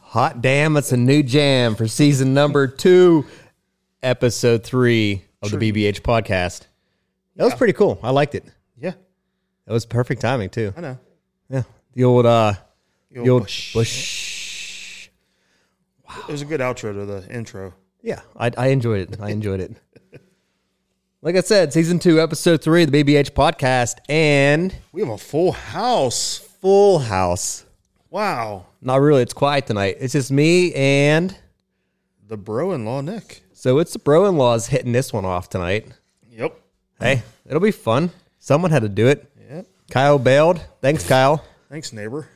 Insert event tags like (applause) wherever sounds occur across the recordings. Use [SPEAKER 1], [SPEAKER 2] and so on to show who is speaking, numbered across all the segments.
[SPEAKER 1] Hot damn, it's a new jam for season number two, episode three of the BBH podcast. That was pretty cool. I liked it.
[SPEAKER 2] Yeah,
[SPEAKER 1] That was perfect timing too.
[SPEAKER 2] I know.
[SPEAKER 1] Yeah. The old uh the old
[SPEAKER 2] Bush.
[SPEAKER 1] bush.
[SPEAKER 2] It was a good outro to the intro.
[SPEAKER 1] Yeah, I, I enjoyed it. I enjoyed it. Like I said, season two, episode three of the BBH podcast and
[SPEAKER 2] We have a full house.
[SPEAKER 1] Full House.
[SPEAKER 2] Wow,
[SPEAKER 1] Not really, it's quiet tonight. It's just me and
[SPEAKER 2] the bro-in-law Nick.
[SPEAKER 1] so it's the bro in laws hitting this one off tonight.
[SPEAKER 2] Yep.
[SPEAKER 1] Hey, it'll be fun. Someone had to do it.
[SPEAKER 2] Yep.
[SPEAKER 1] Kyle bailed. Thanks, Kyle. (laughs)
[SPEAKER 2] Thanks, neighbor.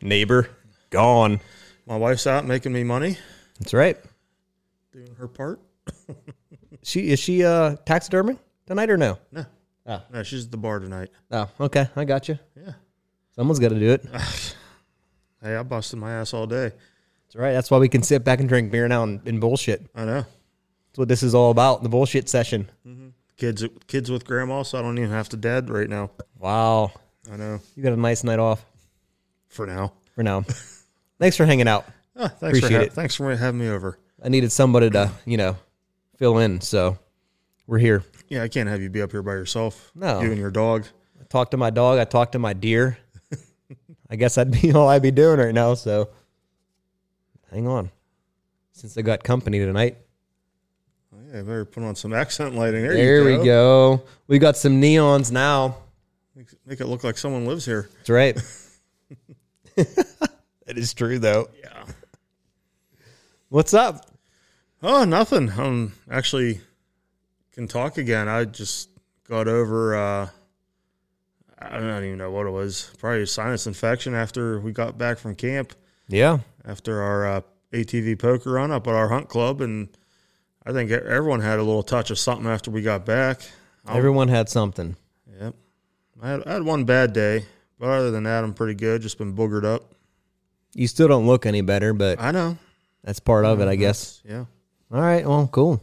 [SPEAKER 1] Neighbor, gone.
[SPEAKER 2] My wife's out making me money,
[SPEAKER 1] That's right.
[SPEAKER 2] doing her part.
[SPEAKER 1] She is she uh taxiderming tonight or no?
[SPEAKER 2] No,
[SPEAKER 1] Ah.
[SPEAKER 2] no, she's at the bar tonight.
[SPEAKER 1] Oh, okay. I got you.
[SPEAKER 2] Yeah.
[SPEAKER 1] Someone's got to do it. That's
[SPEAKER 2] Hey, I busted my ass all day.
[SPEAKER 1] right. That's why we can sit back and drink beer now and, and bullshit.
[SPEAKER 2] I know.
[SPEAKER 1] That's what this is all about. The bullshit session.
[SPEAKER 2] Kids, kids with grandma, so I don't even have to dad right now.
[SPEAKER 1] Wow.
[SPEAKER 2] I know.
[SPEAKER 1] You got a nice night off
[SPEAKER 2] For now.
[SPEAKER 1] for now. (laughs) Thanks for hanging out.
[SPEAKER 2] Ah, thanks
[SPEAKER 1] Appreciate
[SPEAKER 2] for
[SPEAKER 1] it.
[SPEAKER 2] thanks for having me over.
[SPEAKER 1] I needed somebody to, you know, fill in. So we're here.
[SPEAKER 2] Yeah, I can't have you be up here by yourself.
[SPEAKER 1] No.
[SPEAKER 2] you and your dog.
[SPEAKER 1] I talked to my dog. I talked to my deer. (laughs) I guess I'd be (laughs) all I'd be doing right now. So hang on. Since I got company tonight.
[SPEAKER 2] Yeah, better put on some accent lighting. There,
[SPEAKER 1] There
[SPEAKER 2] you
[SPEAKER 1] we go. We got some neons now.
[SPEAKER 2] Make- Make it look like someone lives here.
[SPEAKER 1] That's right. (laughs) that is true though.
[SPEAKER 2] Yeah.
[SPEAKER 1] What's up?
[SPEAKER 2] Oh, nothing. Um, actually, can talk again. I just got over. Uh, I don't even know what it was. Probably a sinus infection after we got back from camp
[SPEAKER 1] Yeah.
[SPEAKER 2] after our uh, ATV poker run up at our hunt club, and I think e-, everyone had a little touch of something after we got back.
[SPEAKER 1] Everyone had something.
[SPEAKER 2] Yep. I had, I had one bad day, but other than that, I'm pretty good. Just been boogered up.
[SPEAKER 1] You still don't look any better, but
[SPEAKER 2] I know.
[SPEAKER 1] that's part of it, I guess.
[SPEAKER 2] Yeah.
[SPEAKER 1] All right. Well, cool.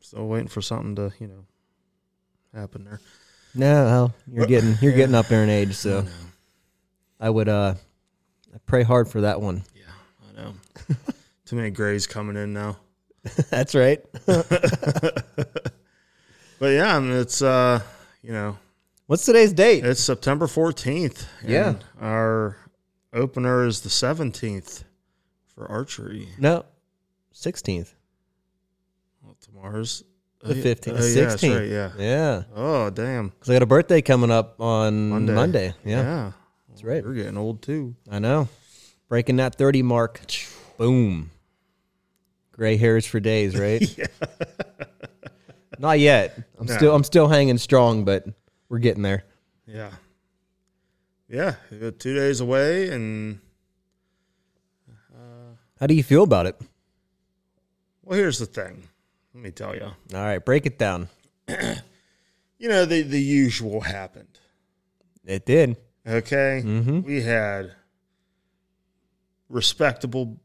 [SPEAKER 2] Still waiting for something to, you know, happen there.
[SPEAKER 1] No, well, you're getting you're getting up there in age, so I would uh I pray hard for that one. (laughs)
[SPEAKER 2] Yeah, I know. (laughs) Too many grays coming in now.
[SPEAKER 1] that's right.
[SPEAKER 2] But yeah, I mean, it's uh, you know,
[SPEAKER 1] What's today's date?
[SPEAKER 2] it's September 14th. and
[SPEAKER 1] Yeah.
[SPEAKER 2] Our opener is the 17th for archery.
[SPEAKER 1] No. 16th.
[SPEAKER 2] Well, tomorrow's
[SPEAKER 1] The
[SPEAKER 2] oh, yeah-
[SPEAKER 1] 15th.
[SPEAKER 2] oh, yeah, that's
[SPEAKER 1] 16th.
[SPEAKER 2] right, yeah.
[SPEAKER 1] Yeah.
[SPEAKER 2] Oh, damn.
[SPEAKER 1] Cuz I got a birthday coming up on Monday.
[SPEAKER 2] Monday.
[SPEAKER 1] Yeah.
[SPEAKER 2] That's
[SPEAKER 1] right.
[SPEAKER 2] You're getting old too.
[SPEAKER 1] I know. Breaking that 30 mark. Boom. Gray hairs for days, right? Not yet. I'm
[SPEAKER 2] No.
[SPEAKER 1] still I'm still hanging strong, but we're getting there.
[SPEAKER 2] Yeah. Yeah, uh, two days away, and
[SPEAKER 1] How do you feel about it?
[SPEAKER 2] well, here's the thing. Let me tell you.
[SPEAKER 1] All right, break it down.
[SPEAKER 2] You know, the the usual happened.
[SPEAKER 1] It did.
[SPEAKER 2] Okay. We had respectable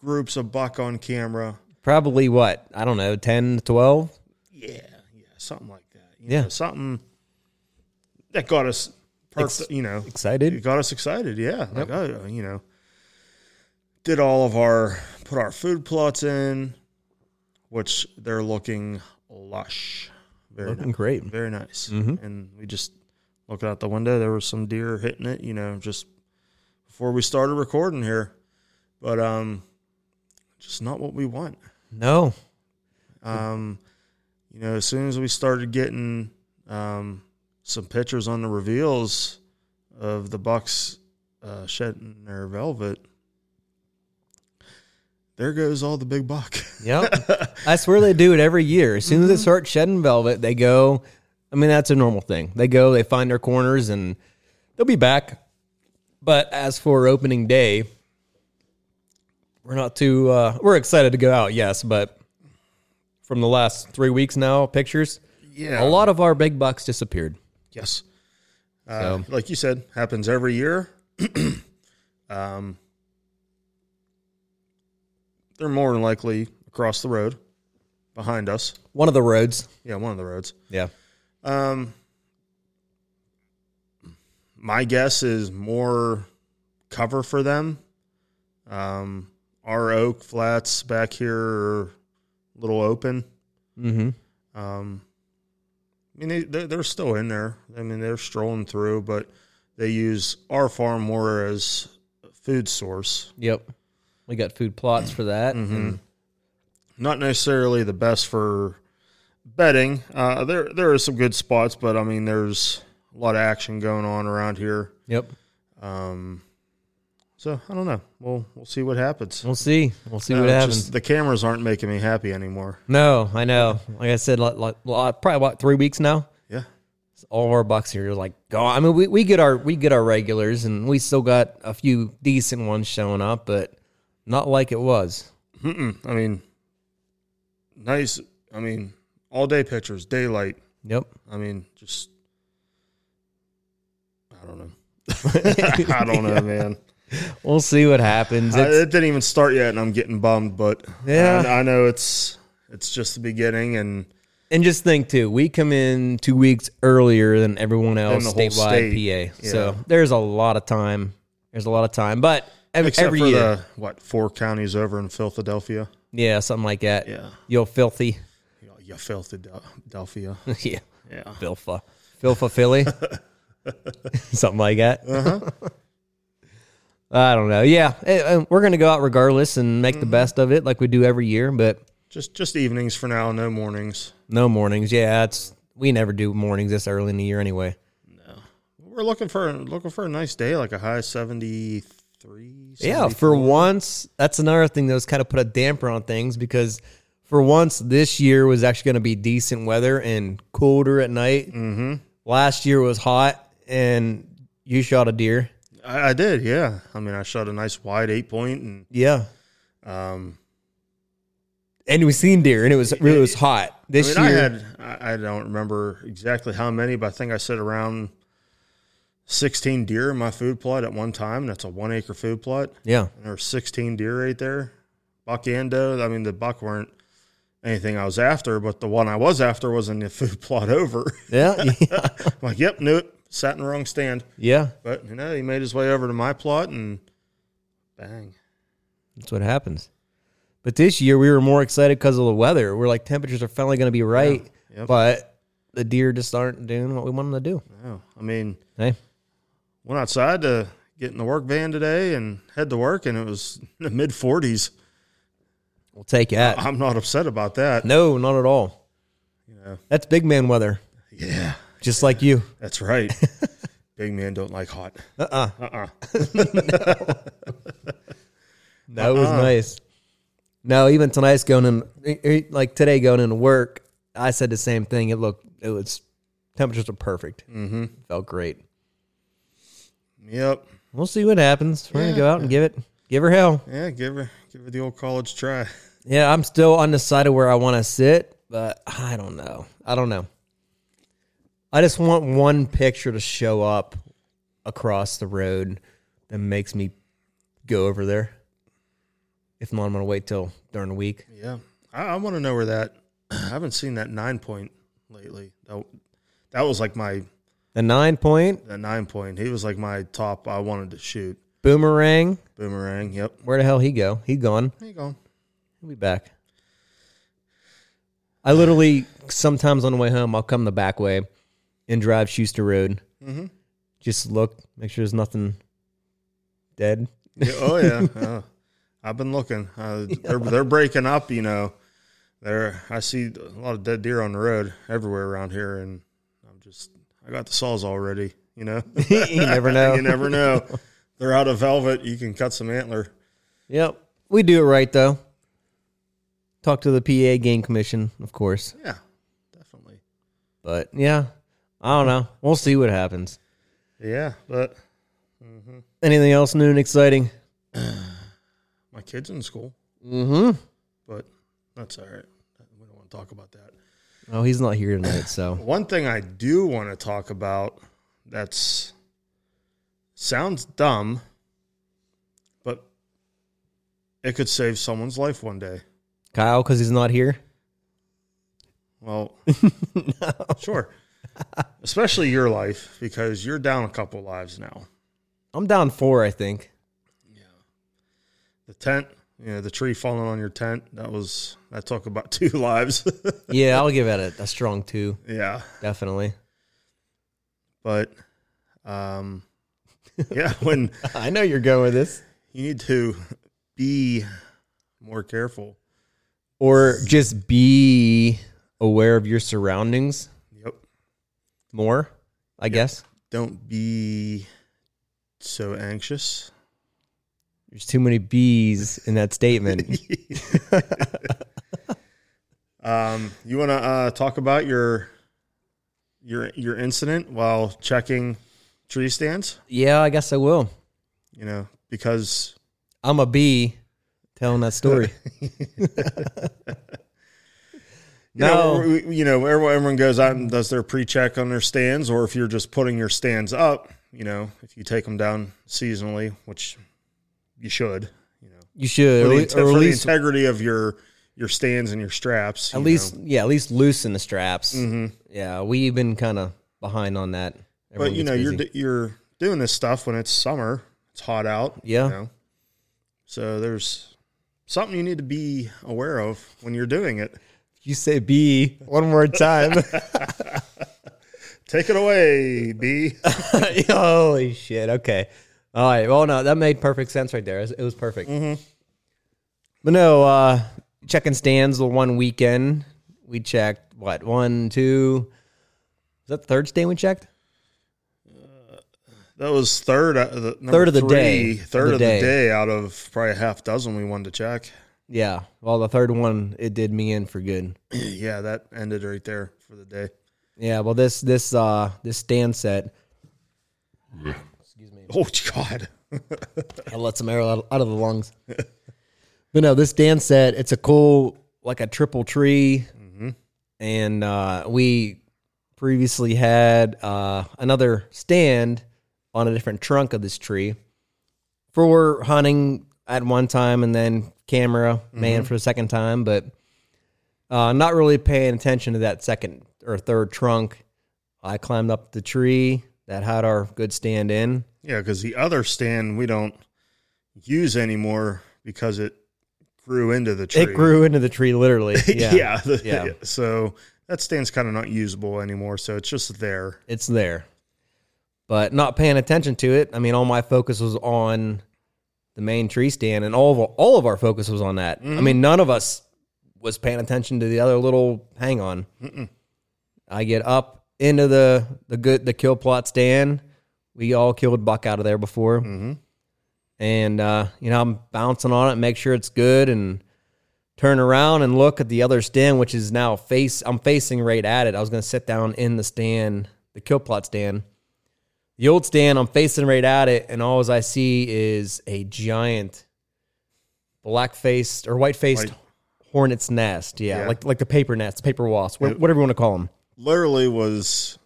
[SPEAKER 2] groups of buck on camera.
[SPEAKER 1] Probably what? I don't know, 10, 12?
[SPEAKER 2] Yeah. Yeah. Something like that. You
[SPEAKER 1] Yeah.
[SPEAKER 2] Know, something that got us perked,
[SPEAKER 1] Ex-
[SPEAKER 2] you know, it
[SPEAKER 1] Excited?
[SPEAKER 2] got us excited. Yeah. Like, oh, you know, did all of our, put our food plots in, which they're looking lush. Very
[SPEAKER 1] Looking
[SPEAKER 2] nice.
[SPEAKER 1] great.
[SPEAKER 2] Very nice. And we just looked out the window. There was some deer hitting it, you know, just before we started recording here. But um, just not what we want.
[SPEAKER 1] No.
[SPEAKER 2] Um, you know, as soon as we started getting um, some pictures on the reveals of the Bucks uh, shedding their velvet, there goes all the big buck.
[SPEAKER 1] Yep. I swear they do it every year. As soon as they start shedding velvet, they go. I mean, that's a normal thing. They go, they find their corners, and they'll be back. But as for opening day, we're not too. Uh, we're excited to go out, yes, but from the last three weeks now, pictures,
[SPEAKER 2] yeah,
[SPEAKER 1] a lot of our big bucks disappeared.
[SPEAKER 2] Yes. Uh, Like you said, happens every year. (clears throat) um, they're more than likely across the road behind us.
[SPEAKER 1] One of the roads.
[SPEAKER 2] Yeah, one of the roads.
[SPEAKER 1] Yeah.
[SPEAKER 2] Um, my guess is more cover for them. Um, our oak flats back here are a little open.
[SPEAKER 1] Mm-hmm.
[SPEAKER 2] Um, I mean, they, they're, they're still in there. I mean, they're strolling through, but they use our farm more as a food source.
[SPEAKER 1] Yep. We got food plots for that. and-
[SPEAKER 2] Not necessarily the best for bedding. Uh, there there are some good spots, but I mean, there's a lot of action going on around here.
[SPEAKER 1] Yep.
[SPEAKER 2] Um, so I don't know. We'll we'll see what happens.
[SPEAKER 1] We'll see. We'll see what
[SPEAKER 2] Uh,
[SPEAKER 1] happens.
[SPEAKER 2] just the cameras aren't making me happy anymore.
[SPEAKER 1] no, I know. Like I said, like, like, like, probably about three weeks now.
[SPEAKER 2] Yeah.
[SPEAKER 1] all of our bucks here are like gone. I mean, we, we get our we get our regulars, and we still got a few decent ones showing up, but not like it was.
[SPEAKER 2] Mm-mm. I mean, nice. I mean, all day pictures, daylight.
[SPEAKER 1] Yep.
[SPEAKER 2] I mean, just I don't know. (laughs) I don't (laughs) know, man.
[SPEAKER 1] We'll see what happens.
[SPEAKER 2] I,
[SPEAKER 1] It's,
[SPEAKER 2] it didn't even start yet, and I'm getting bummed. But
[SPEAKER 1] Yeah.
[SPEAKER 2] I, I know it's it's just the beginning, and
[SPEAKER 1] and just think too, we come in two weeks earlier than everyone else
[SPEAKER 2] the whole
[SPEAKER 1] statewide
[SPEAKER 2] state.
[SPEAKER 1] PA. So there's a lot of time. There's a lot of time, but every,
[SPEAKER 2] except
[SPEAKER 1] every
[SPEAKER 2] for
[SPEAKER 1] year,
[SPEAKER 2] the what four counties over in Philadelphia.
[SPEAKER 1] yeah, something like that.
[SPEAKER 2] Yeah,
[SPEAKER 1] Yo, filthy. (laughs)
[SPEAKER 2] you, know, you Philadelphia.
[SPEAKER 1] yeah,
[SPEAKER 2] (laughs) Yeah,
[SPEAKER 1] filfa, filfa, Philly, something like that.
[SPEAKER 2] uh-huh.
[SPEAKER 1] I don't know. Yeah, eh, eh, we're going to go out regardless and make the best of it, like we do every year. But
[SPEAKER 2] just just evenings for now, no mornings.
[SPEAKER 1] no mornings. Yeah, it's we never do mornings this early in the year anyway.
[SPEAKER 2] We're looking for looking for a nice day, like a high seventy three.
[SPEAKER 1] Yeah, for once, that's another thing that was kind of put a damper on things because for once this year was actually going to be decent weather and colder at night. Mm-hmm. Last year was hot, and you shot a deer.
[SPEAKER 2] I, I did. Yeah, I mean, I shot a nice wide eight point, and
[SPEAKER 1] Yeah,
[SPEAKER 2] um,
[SPEAKER 1] and we seen deer, and it was it was hot
[SPEAKER 2] I
[SPEAKER 1] this
[SPEAKER 2] mean, I
[SPEAKER 1] year.
[SPEAKER 2] had I, I don't remember exactly how many, but I think I said around sixteen deer in my food plot at one time. That's a one acre food plot,
[SPEAKER 1] yeah,
[SPEAKER 2] and there were sixteen deer right there. Buck and doe. I mean, the buck weren't anything I was after, but the one I was after was in the (laughs) food plot over. (laughs)
[SPEAKER 1] yeah, (laughs) yeah,
[SPEAKER 2] like, yep, knew it. Sat in the wrong stand.
[SPEAKER 1] yeah.
[SPEAKER 2] But you know, he made his way over to my plot and bang.
[SPEAKER 1] That's what happens. But this year we were more excited because of the weather. We're like temperatures are finally going to be right,
[SPEAKER 2] Yep.
[SPEAKER 1] but the deer just aren't doing what we want them to do.
[SPEAKER 2] Oh, I mean,
[SPEAKER 1] Hey,
[SPEAKER 2] went outside to get in the work van today and head to work, and it was (laughs) in the mid 40s.
[SPEAKER 1] we'll take that.
[SPEAKER 2] I'm not upset about that.
[SPEAKER 1] No, not at all.
[SPEAKER 2] Yeah.
[SPEAKER 1] That's big man weather,
[SPEAKER 2] Yeah,
[SPEAKER 1] just like you.
[SPEAKER 2] that's right. Big man don't like hot.
[SPEAKER 1] That was nice. No, even tonight's going in, eh, eh, like today going into work, I said the same thing. It looked, it was, temperatures are perfect. Mm-hmm. Felt great.
[SPEAKER 2] Yep.
[SPEAKER 1] We'll see what happens. We're gonna go out and give it, give her hell.
[SPEAKER 2] Yeah, give her give her the old college try.
[SPEAKER 1] Yeah, I'm still undecided where I want to sit, but I don't know. I don't know. I just want one picture to show up across the road that makes me go over there. If not, I'm gonna wait till during the week.
[SPEAKER 2] Yeah, I, I want to know where that. I haven't seen that nine point lately. That, that was like my
[SPEAKER 1] The nine point
[SPEAKER 2] that nine point. He was like my top. I wanted to shoot
[SPEAKER 1] boomerang.
[SPEAKER 2] boomerang. Yep.
[SPEAKER 1] Where the hell he go? He gone.
[SPEAKER 2] There you go.
[SPEAKER 1] He'll be back. I literally sometimes on the way home I'll come the back way and drive Schuster Road. Just look, make sure there's nothing dead. (laughs)
[SPEAKER 2] Yeah, oh yeah, Uh, I've been looking. Uh, they're they're breaking up. You know, there I see a lot of dead deer on the road everywhere around here, and I'm just I got the saws already. You know, (laughs)
[SPEAKER 1] (laughs) you never know.
[SPEAKER 2] you never know. They're out of velvet. You can cut some antler.
[SPEAKER 1] Yep. We do it right though. Talk to the PA game commission, of course.
[SPEAKER 2] Yeah, definitely.
[SPEAKER 1] But yeah, I don't know. We'll see what happens.
[SPEAKER 2] Yeah, but
[SPEAKER 1] Anything else new and exciting?
[SPEAKER 2] my kids in school,
[SPEAKER 1] Mm-hmm.
[SPEAKER 2] but that's all right. We don't want to talk about that.
[SPEAKER 1] Oh, he's not here tonight, so
[SPEAKER 2] One thing I do want to talk about that's sounds dumb, but it could save someone's life one day.
[SPEAKER 1] Kyle, because he's not here.
[SPEAKER 2] Well, (laughs) sure. Especially your life because you're down a couple lives now.
[SPEAKER 1] I'm down four, I think.
[SPEAKER 2] The tent you know the tree falling on your tent. That was I talk about (laughs) two lives.
[SPEAKER 1] Yeah, I'll give it a, a strong two,
[SPEAKER 2] yeah,
[SPEAKER 1] definitely.
[SPEAKER 2] but um, yeah, when
[SPEAKER 1] (laughs) I know you're going with this.
[SPEAKER 2] you need to be more careful.
[SPEAKER 1] Or just be aware of your surroundings
[SPEAKER 2] Yep.
[SPEAKER 1] more, I guess.
[SPEAKER 2] Don't be so anxious.
[SPEAKER 1] There's too many bees in that (laughs) statement.
[SPEAKER 2] Um, you want to uh, talk about your your your incident while checking tree stands?
[SPEAKER 1] yeah, I guess I will.
[SPEAKER 2] You know, because
[SPEAKER 1] I'm a bee telling that (laughs) story.
[SPEAKER 2] You know,
[SPEAKER 1] no,
[SPEAKER 2] we- we- you know, everyone, everyone goes out and does their pre-check on their stands, or if you're just putting your stands up, you know, if you take them down seasonally, which you should, you know,
[SPEAKER 1] you should,
[SPEAKER 2] for,
[SPEAKER 1] or,
[SPEAKER 2] the,
[SPEAKER 1] le-
[SPEAKER 2] inte-
[SPEAKER 1] or
[SPEAKER 2] for
[SPEAKER 1] at
[SPEAKER 2] the
[SPEAKER 1] least,
[SPEAKER 2] integrity of your your stands and your straps,
[SPEAKER 1] at
[SPEAKER 2] you
[SPEAKER 1] least,
[SPEAKER 2] know.
[SPEAKER 1] yeah, at least loosen the straps.
[SPEAKER 2] Mhm.
[SPEAKER 1] Yeah, we've been kind of behind on that.
[SPEAKER 2] But
[SPEAKER 1] Everyone
[SPEAKER 2] you
[SPEAKER 1] gets
[SPEAKER 2] know, you're
[SPEAKER 1] busy.
[SPEAKER 2] d- you're doing this stuff when it's summer, it's hot out, you
[SPEAKER 1] Yeah.
[SPEAKER 2] know. So there's something you need to be aware of when you're doing it.
[SPEAKER 1] you say bee one more (laughs) time.
[SPEAKER 2] Take it away, B.
[SPEAKER 1] (laughs) Holy shit. Okay. All right. Well, no, that made perfect sense right there. It was- It was perfect. But no, uh, checking stands the one weekend. We checked, what, one, two? Is that the third stand we checked?
[SPEAKER 2] That was third, uh, the, number
[SPEAKER 1] Third of the
[SPEAKER 2] three,
[SPEAKER 1] day.
[SPEAKER 2] third
[SPEAKER 1] Of the
[SPEAKER 2] of the
[SPEAKER 1] day.
[SPEAKER 2] day. out of probably a half dozen we wanted to check. (clears throat)
[SPEAKER 1] Yeah. Well, the third one, it did me in for good.
[SPEAKER 2] yeah, that ended right there for the day.
[SPEAKER 1] Yeah. Well, this, this, uh, this stand set,
[SPEAKER 2] Oh God,
[SPEAKER 1] I let some air out, out of the lungs. (laughs) but no, this dance set, it's a cool, like a triple tree.
[SPEAKER 2] Mm-hmm.
[SPEAKER 1] And uh, we previously had uh, another stand on a different trunk of this tree for hunting at one time and then camera man
[SPEAKER 2] Mm-hmm.
[SPEAKER 1] for the second time, but uh, not really paying attention to that second or third trunk. I climbed up the tree that had our good stand in.
[SPEAKER 2] yeah, because the other stand we don't use anymore because it grew into the tree.
[SPEAKER 1] It grew into the tree
[SPEAKER 2] (laughs)
[SPEAKER 1] literally.
[SPEAKER 2] yeah,
[SPEAKER 1] Yeah.
[SPEAKER 2] the-
[SPEAKER 1] Yeah.
[SPEAKER 2] So that stand's kind of not usable anymore. So it's just there.
[SPEAKER 1] It's there. But not paying attention to it. I mean, all my focus was on the main tree stand and all of all of our focus was on that. I mean, none of us was paying attention to the other little hang on. I get up into the the good the kill plot stand. We all killed buck out of there before. And uh, you know, I'm bouncing on it, make sure it's good and turn around and look at the other stand, which is now face. I'm facing right at it. I was gonna sit down in the stand, the kill plot stand. The old stand, I'm facing right at it, and all I see is a giant black faced or white faced
[SPEAKER 2] White.
[SPEAKER 1] hornet's nest. Yeah,
[SPEAKER 2] Yeah.
[SPEAKER 1] like like the paper nets, paper wasps, wha- whatever you want to call them.
[SPEAKER 2] Literally was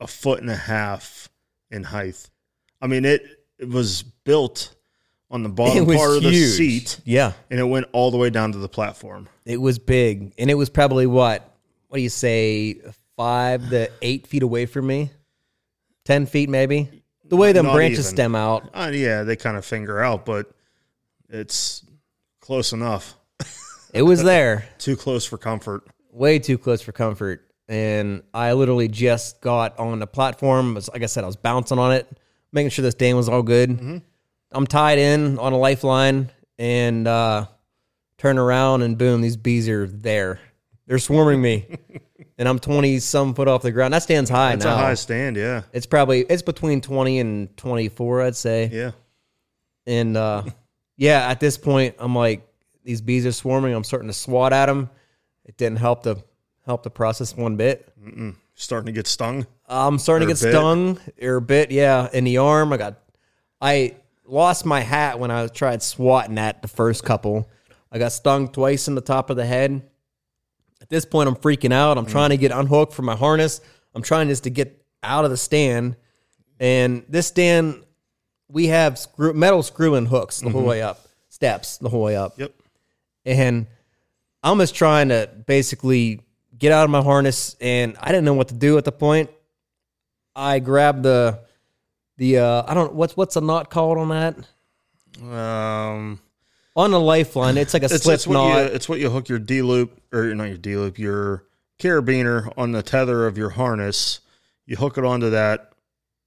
[SPEAKER 2] a foot and a half in height. I mean, it, it was built on the bottom part of the seat.
[SPEAKER 1] Yeah,
[SPEAKER 2] and it went all the way down to the platform.
[SPEAKER 1] it was big, and it was probably what? What do you say? Five to eight feet away from me, ten feet maybe. The way them
[SPEAKER 2] Not
[SPEAKER 1] branches
[SPEAKER 2] even.
[SPEAKER 1] stem out,
[SPEAKER 2] Uh, yeah, they kind of finger out, but it's close enough.
[SPEAKER 1] it was there.
[SPEAKER 2] Too close for comfort.
[SPEAKER 1] way too close for comfort. And I literally just got on the platform. As- Like I said, I was bouncing on it, making sure this dam was all good.
[SPEAKER 2] Mm-hmm.
[SPEAKER 1] I'm tied in on a lifeline and uh, turn around and boom, these bees are there. They're swarming
[SPEAKER 2] (laughs)
[SPEAKER 1] me. and I'm 20 some foot off the ground. That stands high
[SPEAKER 2] It's
[SPEAKER 1] now.
[SPEAKER 2] a high stand, yeah,
[SPEAKER 1] it's probably it's between 20 and 24, I'd say.
[SPEAKER 2] yeah.
[SPEAKER 1] And uh, yeah, at this point, I'm like, these bees are swarming. I'm starting to swat at them. It didn't help the help the process one bit.
[SPEAKER 2] Starting to get stung.
[SPEAKER 1] I'm starting to
[SPEAKER 2] Or a
[SPEAKER 1] get
[SPEAKER 2] bit.
[SPEAKER 1] stung or a bit, yeah, in the arm. I got, I lost my hat when I tried swatting at the first couple. I got stung twice in the top of the head. At this point, I'm freaking out. I'm trying to get unhooked from my harness. I'm trying just to get out of the stand. And this stand, we have screw, metal screw and hooks the whole way up, steps the whole way up
[SPEAKER 2] Yep.
[SPEAKER 1] and I'm just trying to basically get out of my harness, and I didn't know what to do at the point. I grabbed the the uh, I don't what's what's a knot called on that
[SPEAKER 2] Um,
[SPEAKER 1] on a lifeline. It's like a
[SPEAKER 2] (laughs) It's,
[SPEAKER 1] slip
[SPEAKER 2] it's what you,
[SPEAKER 1] knot.
[SPEAKER 2] it's what you hook your D loop or not your D loop, your carabiner on the tether of your harness. You hook it onto that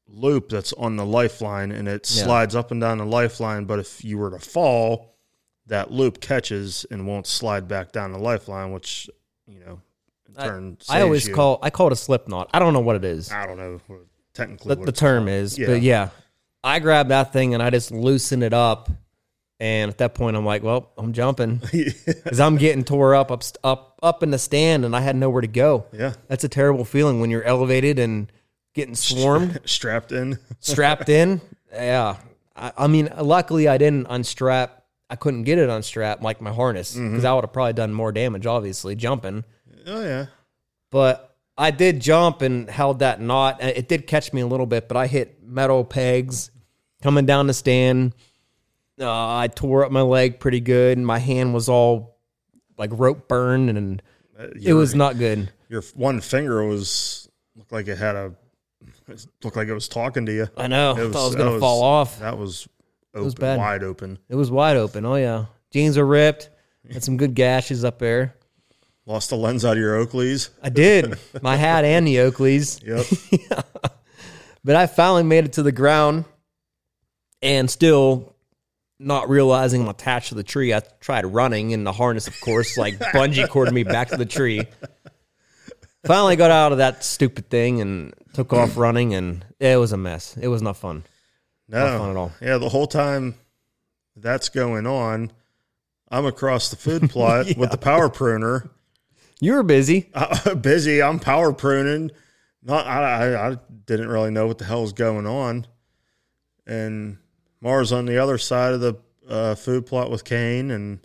[SPEAKER 2] loop that's on the lifeline and it
[SPEAKER 1] Yeah.
[SPEAKER 2] slides up and down the lifeline. But if you were to fall, that loop catches and won't slide back down the lifeline, which you know in turn.
[SPEAKER 1] I always
[SPEAKER 2] saves you.
[SPEAKER 1] call I call it a slip knot. I don't know what it is.
[SPEAKER 2] I don't know what- technically
[SPEAKER 1] The,
[SPEAKER 2] what
[SPEAKER 1] the
[SPEAKER 2] it's
[SPEAKER 1] term
[SPEAKER 2] called.
[SPEAKER 1] is,
[SPEAKER 2] Yeah.
[SPEAKER 1] but yeah, I grab that thing and I just loosen it up. And at that point, I'm like, well, I'm
[SPEAKER 2] (laughs)
[SPEAKER 1] jumping because I'm getting tore up, up, up, up in the stand, and I had nowhere to go.
[SPEAKER 2] yeah,
[SPEAKER 1] That's a terrible feeling when you're elevated and getting swarmed,
[SPEAKER 2] strapped in.
[SPEAKER 1] strapped in. Yeah. I, I mean, luckily I didn't unstrap. I couldn't get it unstrapped like my harness because I would have probably done more damage, obviously, jumping.
[SPEAKER 2] Oh yeah,
[SPEAKER 1] But I did jump and held that knot. Uh, It did catch me a little bit, but I hit metal pegs coming down the stand. Uh, I tore up my leg pretty good, and my hand was all like rope burned, and it was not good.
[SPEAKER 2] your one finger was looked like it had a looked like it was talking to you.
[SPEAKER 1] I know. Oh, I
[SPEAKER 2] It
[SPEAKER 1] thought I was
[SPEAKER 2] that
[SPEAKER 1] going to fall off.
[SPEAKER 2] That was open,
[SPEAKER 1] bad.
[SPEAKER 2] wide open.
[SPEAKER 1] It was wide open. Oh yeah, jeans are ripped. Had some good gashes up there.
[SPEAKER 2] Lost the lens out of your Oakleys.
[SPEAKER 1] I did my hat and the
[SPEAKER 2] (laughs)
[SPEAKER 1] Oakleys, (laughs)
[SPEAKER 2] Yep.
[SPEAKER 1] but I finally made it to the ground, and still not realizing I'm attached to the tree. I tried running, and the harness, of course,
[SPEAKER 2] (laughs)
[SPEAKER 1] like bungee corded me back to the tree. Finally got out of that stupid thing and took off
[SPEAKER 2] (clears throat)
[SPEAKER 1] running, and it was a mess. It was not fun.
[SPEAKER 2] No,
[SPEAKER 1] fun at all.
[SPEAKER 2] Yeah, the whole time that's going on, I'm across
[SPEAKER 1] (laughs)
[SPEAKER 2] the food plot with the power pruner.
[SPEAKER 1] You were busy.
[SPEAKER 2] I'm (laughs) busy. I'm power pruning. Not I, I. I didn't really know what the hell was going on, and Mars on the other side of the uh, food plot with Kane, and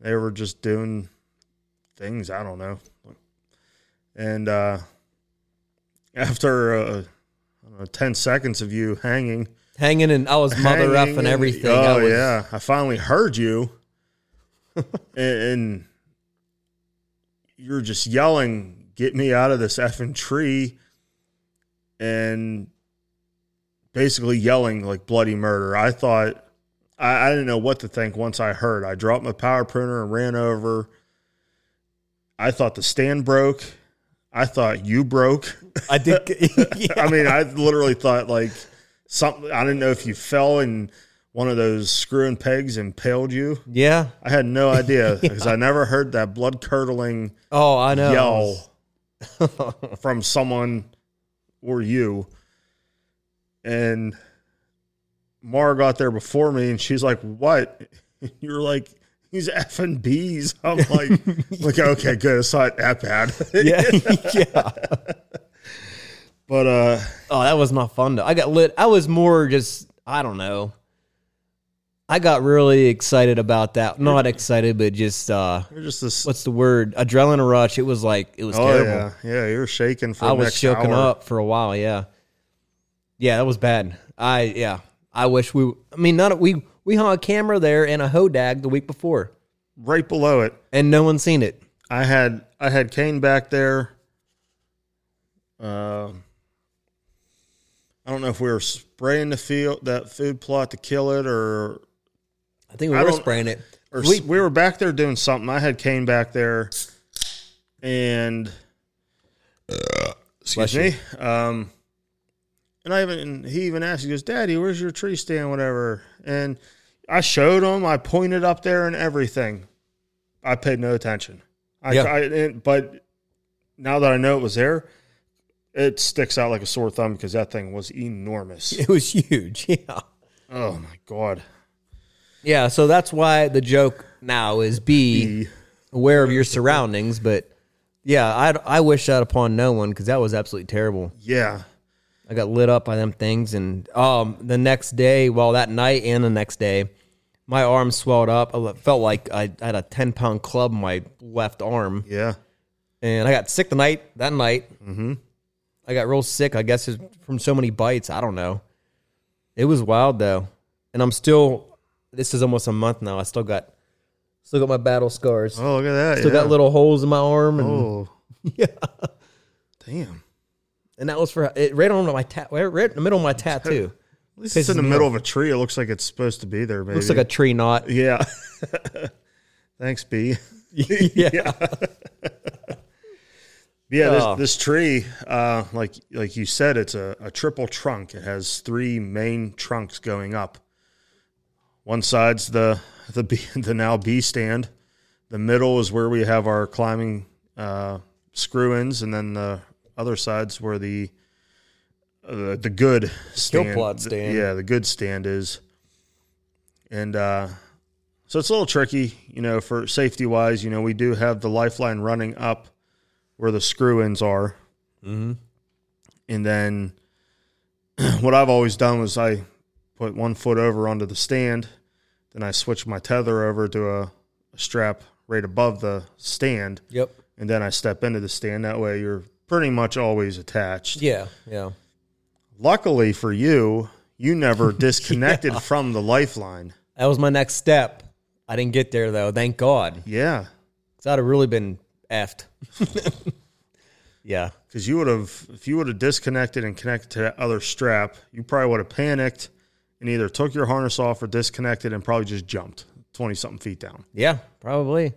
[SPEAKER 2] they were just doing things. I don't know. And uh, after uh, I don't know, ten seconds of you hanging,
[SPEAKER 1] Hanging and I was mother up
[SPEAKER 2] hanging
[SPEAKER 1] and everything.
[SPEAKER 2] Oh
[SPEAKER 1] I was,
[SPEAKER 2] yeah, I finally
[SPEAKER 1] (laughs)
[SPEAKER 2] heard you, and, and you were just yelling, "Get me out of this effing tree!" And basically yelling like bloody murder. I thought I, I didn't know what to think once I heard. I dropped my power printer and ran over. I thought the stand broke. I thought you broke.
[SPEAKER 1] I did.
[SPEAKER 2] (laughs)
[SPEAKER 1] (laughs) yeah.
[SPEAKER 2] I mean, I literally thought like something. I didn't know if you fell and one of those screwing pegs impaled you.
[SPEAKER 1] Yeah.
[SPEAKER 2] I
[SPEAKER 1] (laughs)
[SPEAKER 2] had no idea because I never heard that blood curdling
[SPEAKER 1] Oh, I know.
[SPEAKER 2] yell from someone or you. And Mara got there before me, and she's like, "What?" (laughs) And you're like, "He's effing bees." (laughs) I'm like,
[SPEAKER 1] (laughs)
[SPEAKER 2] "Like okay, good. It's not that bad."
[SPEAKER 1] (laughs)
[SPEAKER 2] (laughs)
[SPEAKER 1] Yeah. yeah.
[SPEAKER 2] But uh,
[SPEAKER 1] Oh, that was not fun though. I got lit. I was more just I don't know. I got really excited about that. Not excited, but just uh
[SPEAKER 2] you're just this.
[SPEAKER 1] what's the word? Adrenaline rush. It was like it was
[SPEAKER 2] oh
[SPEAKER 1] terrible.
[SPEAKER 2] yeah, yeah. You're shaking for.
[SPEAKER 1] I
[SPEAKER 2] the
[SPEAKER 1] was
[SPEAKER 2] next
[SPEAKER 1] shaken
[SPEAKER 2] hour.
[SPEAKER 1] up for a while, yeah. Yeah, that was bad. I yeah. I wish we I mean not we we hung a camera there and a hodag the week before
[SPEAKER 2] right below it.
[SPEAKER 1] and no one seen it.
[SPEAKER 2] I had I had Kane back there. Um, I don't know if we were spraying the field that food plot to kill it or
[SPEAKER 1] I think we
[SPEAKER 2] I
[SPEAKER 1] were
[SPEAKER 2] don't-
[SPEAKER 1] spraying it. (laughs)
[SPEAKER 2] or
[SPEAKER 1] We-
[SPEAKER 2] we, we were back there doing something. I had Kane back there, and excuse
[SPEAKER 1] Bless
[SPEAKER 2] me. Um, and I even and he even asked. He goes, "Daddy, where's your tree stand? Whatever." And I showed him. I pointed up there and everything. I paid no attention. I,
[SPEAKER 1] Yeah.
[SPEAKER 2] I and, but now that I know it was there, it sticks out like a sore thumb because that thing was enormous.
[SPEAKER 1] It was huge. (laughs) Yeah.
[SPEAKER 2] Oh my god!
[SPEAKER 1] Yeah, so that's why the joke now is be
[SPEAKER 2] E.
[SPEAKER 1] aware of your surroundings, but yeah, I I wish that upon no one because that was absolutely terrible.
[SPEAKER 2] Yeah.
[SPEAKER 1] I got lit up by them things, and um, the next day, well, that night and the next day, my arm swelled up. I felt like I had a ten pound club in my left arm,
[SPEAKER 2] Yeah.
[SPEAKER 1] and I got sick the night that night. Mm-hmm. I got real sick. I guess it's from so many bites. I don't know. It was wild though, and I'm still. This is almost a month now. I still got, still got my battle scars.
[SPEAKER 2] Oh look at that!
[SPEAKER 1] Still
[SPEAKER 2] yeah.
[SPEAKER 1] got little holes in my arm, and
[SPEAKER 2] Oh.
[SPEAKER 1] (laughs) Yeah.
[SPEAKER 2] Damn.
[SPEAKER 1] and that was for it right on my tat, right, right in the middle of my tattoo.
[SPEAKER 2] At least it's in the middle of a tree. It looks like it's supposed to be there. Maybe.
[SPEAKER 1] Looks like a tree
[SPEAKER 2] (laughs)
[SPEAKER 1] knot.
[SPEAKER 2] yeah. Thanks, B.
[SPEAKER 1] yeah.
[SPEAKER 2] Yeah,
[SPEAKER 1] Oh.
[SPEAKER 2] this, this tree, uh, like like you said, it's a, a triple trunk. It has three main trunks going up. One side's the the B, (laughs) the now B stand. The middle is where we have our climbing uh, screw ins, and then the other side's where the uh, the good stand,
[SPEAKER 1] plot stand.
[SPEAKER 2] Yeah, the good stand is, and uh, so it's a little tricky, you know, for safety wise. You know, we do have the lifeline running up where the screw ins are.
[SPEAKER 1] Mhm.
[SPEAKER 2] And then (clears throat) what I've always done was I put one foot over onto the stand, then I switch my tether over to a, a strap right above the stand,
[SPEAKER 1] (laughs) Yep.
[SPEAKER 2] and then I step into the stand. That way you're pretty much always attached.
[SPEAKER 1] Yeah. Yeah.
[SPEAKER 2] Luckily for you,
[SPEAKER 1] (laughs)
[SPEAKER 2] you never disconnected from the lifeline.
[SPEAKER 1] That was my next step. I didn't get there though. Thank God.
[SPEAKER 2] Yeah.
[SPEAKER 1] Cause I'd have really been effed. (laughs) yeah.
[SPEAKER 2] because you would have if you would have disconnected and connected to that other strap you probably would have panicked and either took your harness off or disconnected and probably just jumped 20 something feet down
[SPEAKER 1] Yeah. Probably.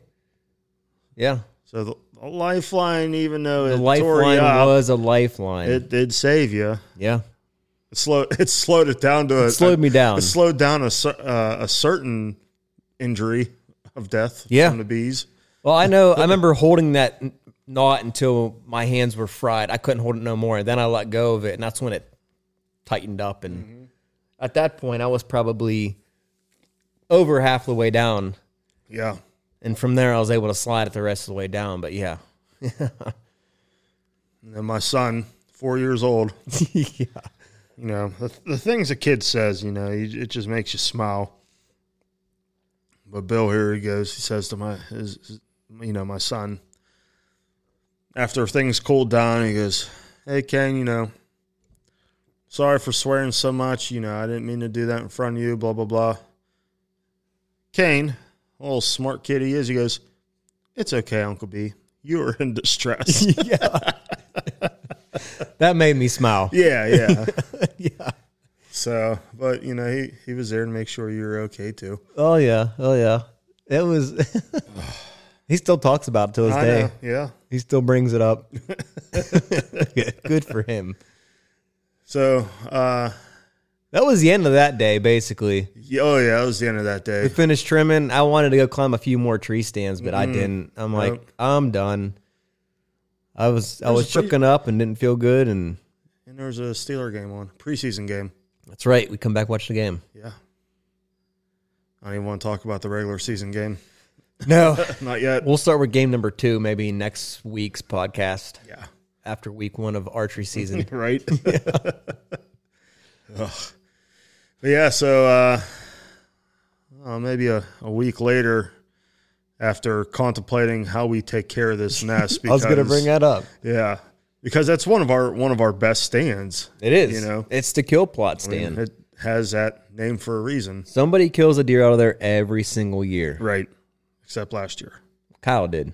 [SPEAKER 1] Yeah.
[SPEAKER 2] so the, the lifeline even though
[SPEAKER 1] The
[SPEAKER 2] it tore you
[SPEAKER 1] lifeline
[SPEAKER 2] up,
[SPEAKER 1] was a lifeline.
[SPEAKER 2] it did save you
[SPEAKER 1] yeah.
[SPEAKER 2] it slowed (laughs) it slowed it down to a,
[SPEAKER 1] It slowed me down.
[SPEAKER 2] it slowed down a, cer- uh, a certain injury of death
[SPEAKER 1] Yeah.
[SPEAKER 2] from the bees
[SPEAKER 1] Well, I know. I remember holding that n- knot until my hands were fried. I couldn't hold it no more. And then I let go of it, and that's when it tightened up. And Mm-hmm. at that point, I was probably over half the way down.
[SPEAKER 2] yeah
[SPEAKER 1] And from there, I was able to slide it the rest of the way down. But yeah,
[SPEAKER 2] and then my son four years old
[SPEAKER 1] (laughs) yeah,
[SPEAKER 2] you know the, the things a kid says you know you, it just makes you smile but bill here he goes he says to my his, his- you know my son after things cooled down he goes hey ken you know sorry for swearing so much you know i didn't mean to do that in front of you blah blah blah kane little smart kid he is he goes it's okay uncle b you were in distress
[SPEAKER 1] that made me smile.
[SPEAKER 2] yeah yeah
[SPEAKER 1] (laughs) yeah.
[SPEAKER 2] so but you know he, he was there to make sure you were okay too
[SPEAKER 1] Oh yeah. Oh yeah. It was. (laughs) he still talks about it to this
[SPEAKER 2] I
[SPEAKER 1] day.
[SPEAKER 2] know, yeah.
[SPEAKER 1] He still brings it
[SPEAKER 2] (laughs)
[SPEAKER 1] up. Good for him.
[SPEAKER 2] So, uh,
[SPEAKER 1] That was the end of that day, basically.
[SPEAKER 2] y- oh yeah, that was the end of that
[SPEAKER 1] We
[SPEAKER 2] day.
[SPEAKER 1] finished trimming. I wanted to go climb a few more tree stands, but I didn't. I'm like,
[SPEAKER 2] Nope.
[SPEAKER 1] I'm done. I was I
[SPEAKER 2] was
[SPEAKER 1] was
[SPEAKER 2] a pretty-
[SPEAKER 1] chooking up and didn't feel good, and
[SPEAKER 2] And there was a Steeler game on preseason game.
[SPEAKER 1] that's right. We come back watch the
[SPEAKER 2] (laughs)
[SPEAKER 1] game.
[SPEAKER 2] Yeah. I don't even want to talk about the regular season game.
[SPEAKER 1] No,
[SPEAKER 2] Not yet.
[SPEAKER 1] we'll start with game number two, maybe next week's podcast (laughs)
[SPEAKER 2] Yeah.
[SPEAKER 1] after week one of
[SPEAKER 2] (laughs)
[SPEAKER 1] archery season.
[SPEAKER 2] Right. Ugh. But yeah. So uh, uh, maybe a, a week later, after contemplating how we take care of this
[SPEAKER 1] (laughs)
[SPEAKER 2] nest,
[SPEAKER 1] I was going to bring
[SPEAKER 2] up.
[SPEAKER 1] that up.
[SPEAKER 2] Yeah, because that's one of our one of our best stands.
[SPEAKER 1] It is,
[SPEAKER 2] You know.
[SPEAKER 1] it's the kill plot
[SPEAKER 2] I
[SPEAKER 1] stand.
[SPEAKER 2] mean, it has that name for a reason.
[SPEAKER 1] Somebody kills a deer out of there every single year.
[SPEAKER 2] Right. Except last year.
[SPEAKER 1] Kyle did.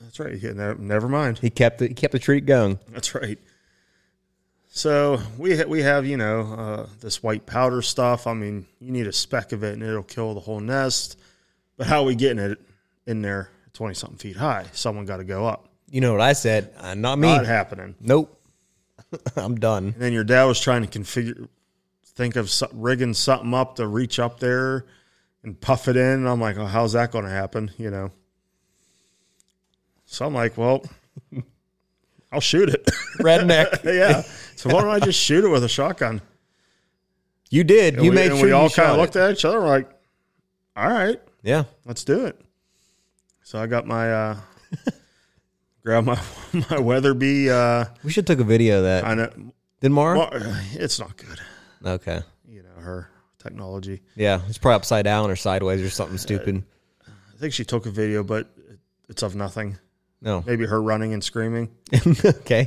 [SPEAKER 2] That's right. Yeah, ne- never mind. (laughs)
[SPEAKER 1] He kept the, he kept the treat going.
[SPEAKER 2] That's right. So we ha- we have you know uh, this white powder stuff. I mean, you need a speck of it and it'll kill the whole nest. But how are we getting it in there? Twenty something feet high. Someone got to go up.
[SPEAKER 1] You know what I said? Uh, not me.
[SPEAKER 2] Not happening.
[SPEAKER 1] nope. (laughs) I'm done.
[SPEAKER 2] And then your dad was trying to configure, think of so- rigging something up to reach up there and puff it in. And I'm like, oh, how's that going to happen? You know. So I'm like, well, (laughs) I'll shoot it. (laughs)
[SPEAKER 1] Redneck.
[SPEAKER 2] yeah. So why don't I just shoot it with a shotgun?
[SPEAKER 1] You did. (laughs)
[SPEAKER 2] And
[SPEAKER 1] you
[SPEAKER 2] we,
[SPEAKER 1] made
[SPEAKER 2] and
[SPEAKER 1] sure
[SPEAKER 2] we all
[SPEAKER 1] you
[SPEAKER 2] kind
[SPEAKER 1] shot
[SPEAKER 2] of
[SPEAKER 1] it.
[SPEAKER 2] looked at each other like, all right,
[SPEAKER 1] Yeah.
[SPEAKER 2] let's do it. So I got my uh (laughs) grab my (laughs) my Weatherby uh
[SPEAKER 1] We should took a video of that.
[SPEAKER 2] I know
[SPEAKER 1] Did Mara?
[SPEAKER 2] well, it's not good.
[SPEAKER 1] okay.
[SPEAKER 2] You know, her technology.
[SPEAKER 1] Yeah. It's probably upside down or sideways or something stupid.
[SPEAKER 2] I think she took a video but it's of nothing.
[SPEAKER 1] No.
[SPEAKER 2] Maybe her running and screaming.
[SPEAKER 1] (laughs) okay.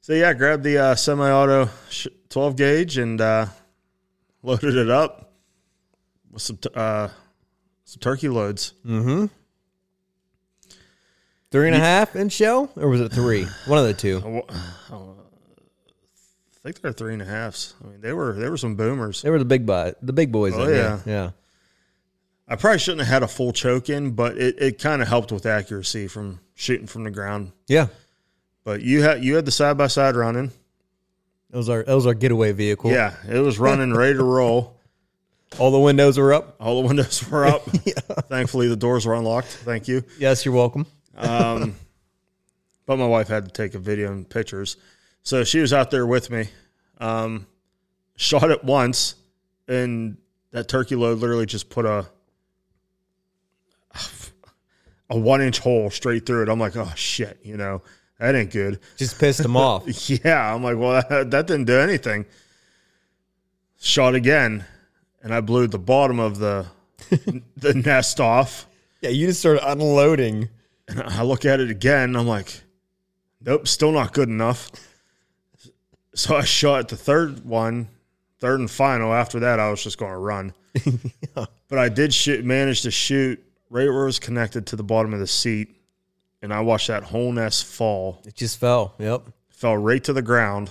[SPEAKER 2] So yeah, I grabbed the uh, semi-auto sh- 12 gauge and uh, loaded it up with some t- uh, some turkey loads.
[SPEAKER 1] Hmm. Mm-hmm.
[SPEAKER 2] Oh, (sighs)
[SPEAKER 1] Three and a half inch shell? Or was it three? One of the two.
[SPEAKER 2] Wha- think they're three and a halfs. I mean, they were they were some boomers.
[SPEAKER 1] They were the big boy, the big boys.
[SPEAKER 2] Oh,
[SPEAKER 1] in there.
[SPEAKER 2] yeah.
[SPEAKER 1] yeah.
[SPEAKER 2] I probably shouldn't have had a full choke in, but it, it kind of helped with accuracy from shooting from the ground.
[SPEAKER 1] Yeah.
[SPEAKER 2] But you had you had the side by side running.
[SPEAKER 1] That was our that was our getaway vehicle.
[SPEAKER 2] Yeah, it was running ready to roll.
[SPEAKER 1] All the windows were up.
[SPEAKER 2] All the windows (laughs) were up. Thankfully, the doors were unlocked. Thank you.
[SPEAKER 1] Yes, you're welcome.
[SPEAKER 2] Um, (laughs) but my wife had to take a video and pictures. So she was out there with me. Um, shot it once, and that turkey load literally just put a (sighs) a one inch hole straight through it. I'm like, oh shit, you know, that ain't good.
[SPEAKER 1] Just pissed them (laughs) off.
[SPEAKER 2] (laughs) Yeah, I'm like, well, that, that didn't do anything. Shot again, and I blew the bottom of the the nest off.
[SPEAKER 1] Yeah, you just started unloading.
[SPEAKER 2] And I look at it again. I'm like, nope, still not good enough. So I shot the third one, third and final. After that, I was just going to run. But I did shoot, manage to shoot right where it was connected to the bottom of the seat. And I watched that whole nest fall,
[SPEAKER 1] It just fell. Yep.
[SPEAKER 2] fell right to the ground.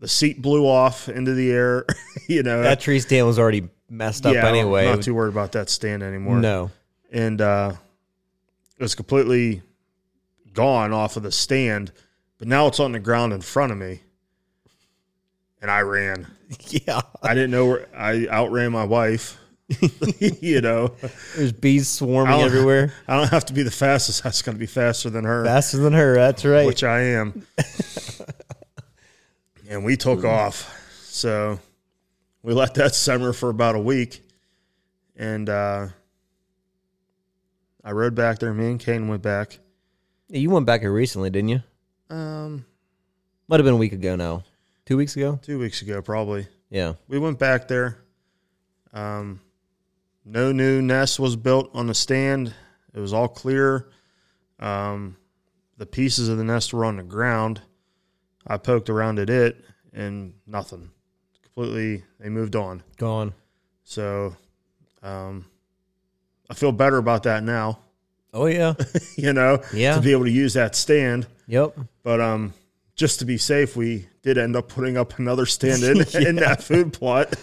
[SPEAKER 2] The seat blew off into the air. (laughs) you know,
[SPEAKER 1] That tree stand was already messed up
[SPEAKER 2] I'm
[SPEAKER 1] anyway.
[SPEAKER 2] not too worried about that stand anymore.
[SPEAKER 1] no.
[SPEAKER 2] and uh, it was completely gone off of the stand. But now it's on the ground in front of me, and I ran.
[SPEAKER 1] (laughs) Yeah.
[SPEAKER 2] I didn't know where I outran my wife. (laughs) you know,
[SPEAKER 1] There's bees swarming
[SPEAKER 2] I'll-
[SPEAKER 1] (laughs) everywhere.
[SPEAKER 2] I don't have to be the fastest. That's going to be faster than her,
[SPEAKER 1] Faster than her. That's right.
[SPEAKER 2] which I am. (laughs) Mm. and we took off, so we let that simmer for about a week, and uh, I rode back there. Me and Kane went back.
[SPEAKER 1] you went back here recently, didn't you?
[SPEAKER 2] Um,
[SPEAKER 1] Might have been a week ago now. Two weeks ago?
[SPEAKER 2] two weeks ago, probably.
[SPEAKER 1] Yeah.
[SPEAKER 2] We went back there. Um, no new nest was built on the stand. It was all clear. Um, the pieces of the nest were on the ground. I poked around at it and nothing. Completely, they moved on.
[SPEAKER 1] Gone.
[SPEAKER 2] So, um, I feel better about that now. (laughs)
[SPEAKER 1] Oh yeah.
[SPEAKER 2] You know,
[SPEAKER 1] Yeah.
[SPEAKER 2] to be able to use that stand.
[SPEAKER 1] (laughs) yep.
[SPEAKER 2] But um, just to be safe, we did end up putting up another stand in, in that food plot.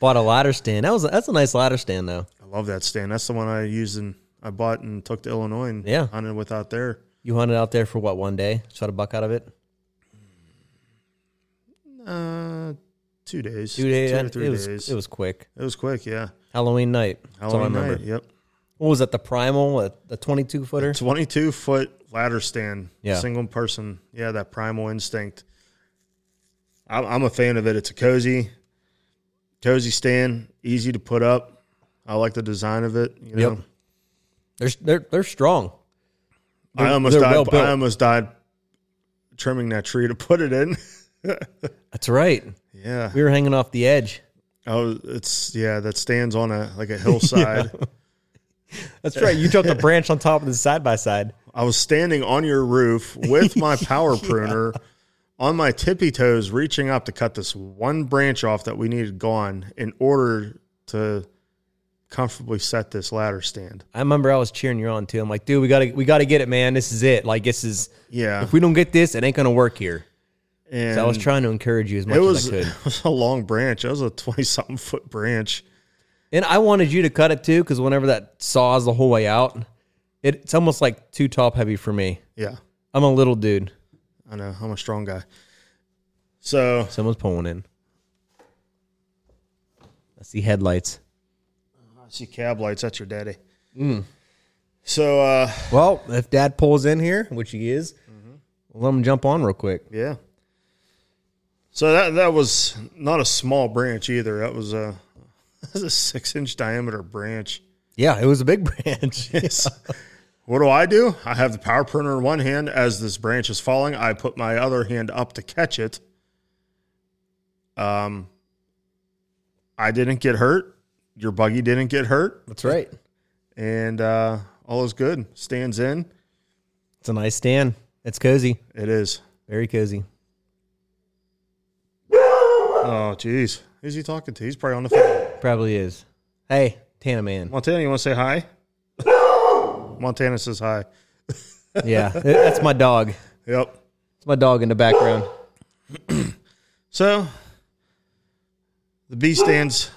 [SPEAKER 1] Bought a ladder stand. That was that's a nice ladder stand though.
[SPEAKER 2] I love that stand. That's the one I used and I bought and took to Illinois and
[SPEAKER 1] Yeah.
[SPEAKER 2] hunted with out there.
[SPEAKER 1] You hunted out there for what one day? Shot a buck out of it.
[SPEAKER 2] Uh, two days,
[SPEAKER 1] Two days.
[SPEAKER 2] or three
[SPEAKER 1] it was
[SPEAKER 2] days.
[SPEAKER 1] it was quick.
[SPEAKER 2] It was quick. Yeah,
[SPEAKER 1] Halloween night. That's all I
[SPEAKER 2] Halloween
[SPEAKER 1] remember.
[SPEAKER 2] night. Yep,
[SPEAKER 1] What was that? The primal, uh, the twenty-two footer.
[SPEAKER 2] twenty-two foot ladder stand.
[SPEAKER 1] Yeah.
[SPEAKER 2] single person. Yeah, that primal instinct. I'm, I'm a fan of it. It's a cozy, cozy stand, easy to put up. I like the design of it. You know,
[SPEAKER 1] Yep. They're they're they're strong.
[SPEAKER 2] I
[SPEAKER 1] They're-
[SPEAKER 2] almost
[SPEAKER 1] they're
[SPEAKER 2] died.
[SPEAKER 1] well-built.
[SPEAKER 2] I almost died trimming that tree to put it in. (laughs)
[SPEAKER 1] That's right.
[SPEAKER 2] yeah,
[SPEAKER 1] We were hanging off the edge.
[SPEAKER 2] Oh, it's yeah, that stands on a
[SPEAKER 1] (laughs)
[SPEAKER 2] like a hillside.
[SPEAKER 1] That's right. You dropped a branch on top of the side by side.
[SPEAKER 2] I was standing on your roof
[SPEAKER 1] (laughs)
[SPEAKER 2] with my power pruner on my tippy toes reaching up to cut this one branch off that we needed gone in order to comfortably set this ladder stand.
[SPEAKER 1] I remember I was cheering you on too. I'm like, dude, we gotta we gotta get it, man. This is it. Like this is
[SPEAKER 2] Yeah.
[SPEAKER 1] if we don't get this, it ain't gonna work here.
[SPEAKER 2] And
[SPEAKER 1] So I was trying to encourage you as much
[SPEAKER 2] it
[SPEAKER 1] as
[SPEAKER 2] was,
[SPEAKER 1] I could.
[SPEAKER 2] (laughs) it was a long branch. It was a 20 something foot branch.
[SPEAKER 1] And I wanted you to cut it too, because whenever that saws the whole way out, it, it's almost like too top heavy for me.
[SPEAKER 2] Yeah.
[SPEAKER 1] I'm a little dude.
[SPEAKER 2] I know. I'm a strong guy. So
[SPEAKER 1] Someone's pulling in. I see headlights.
[SPEAKER 2] I see cab lights. That's your daddy.
[SPEAKER 1] Mm.
[SPEAKER 2] So, uh,
[SPEAKER 1] Well, if dad pulls in here, which he is, let him jump on real quick.
[SPEAKER 2] Yeah. So that that was not a small branch either. That was a (laughs) that was a six inch diameter branch.
[SPEAKER 1] Yeah, it was a big (laughs) branch.
[SPEAKER 2] Yes. (laughs) what do I do? I have the power printer in one hand as this branch is falling. I put my other hand up to catch it. Um, I didn't get hurt. Your buggy didn't get hurt,
[SPEAKER 1] That's right.
[SPEAKER 2] and uh, all is good. Stands in.
[SPEAKER 1] It's a nice stand. It's cozy.
[SPEAKER 2] It is.
[SPEAKER 1] Very cozy.
[SPEAKER 2] Oh, jeez. Who's he talking to? He's probably on the phone.
[SPEAKER 1] Probably is. Hey, Tana
[SPEAKER 2] (laughs)
[SPEAKER 1] man.
[SPEAKER 2] Montana, you want to say hi? Montana says hi.
[SPEAKER 1] Yeah, that's my dog.
[SPEAKER 2] Yep.
[SPEAKER 1] It's my dog in the background.
[SPEAKER 2] So the B stands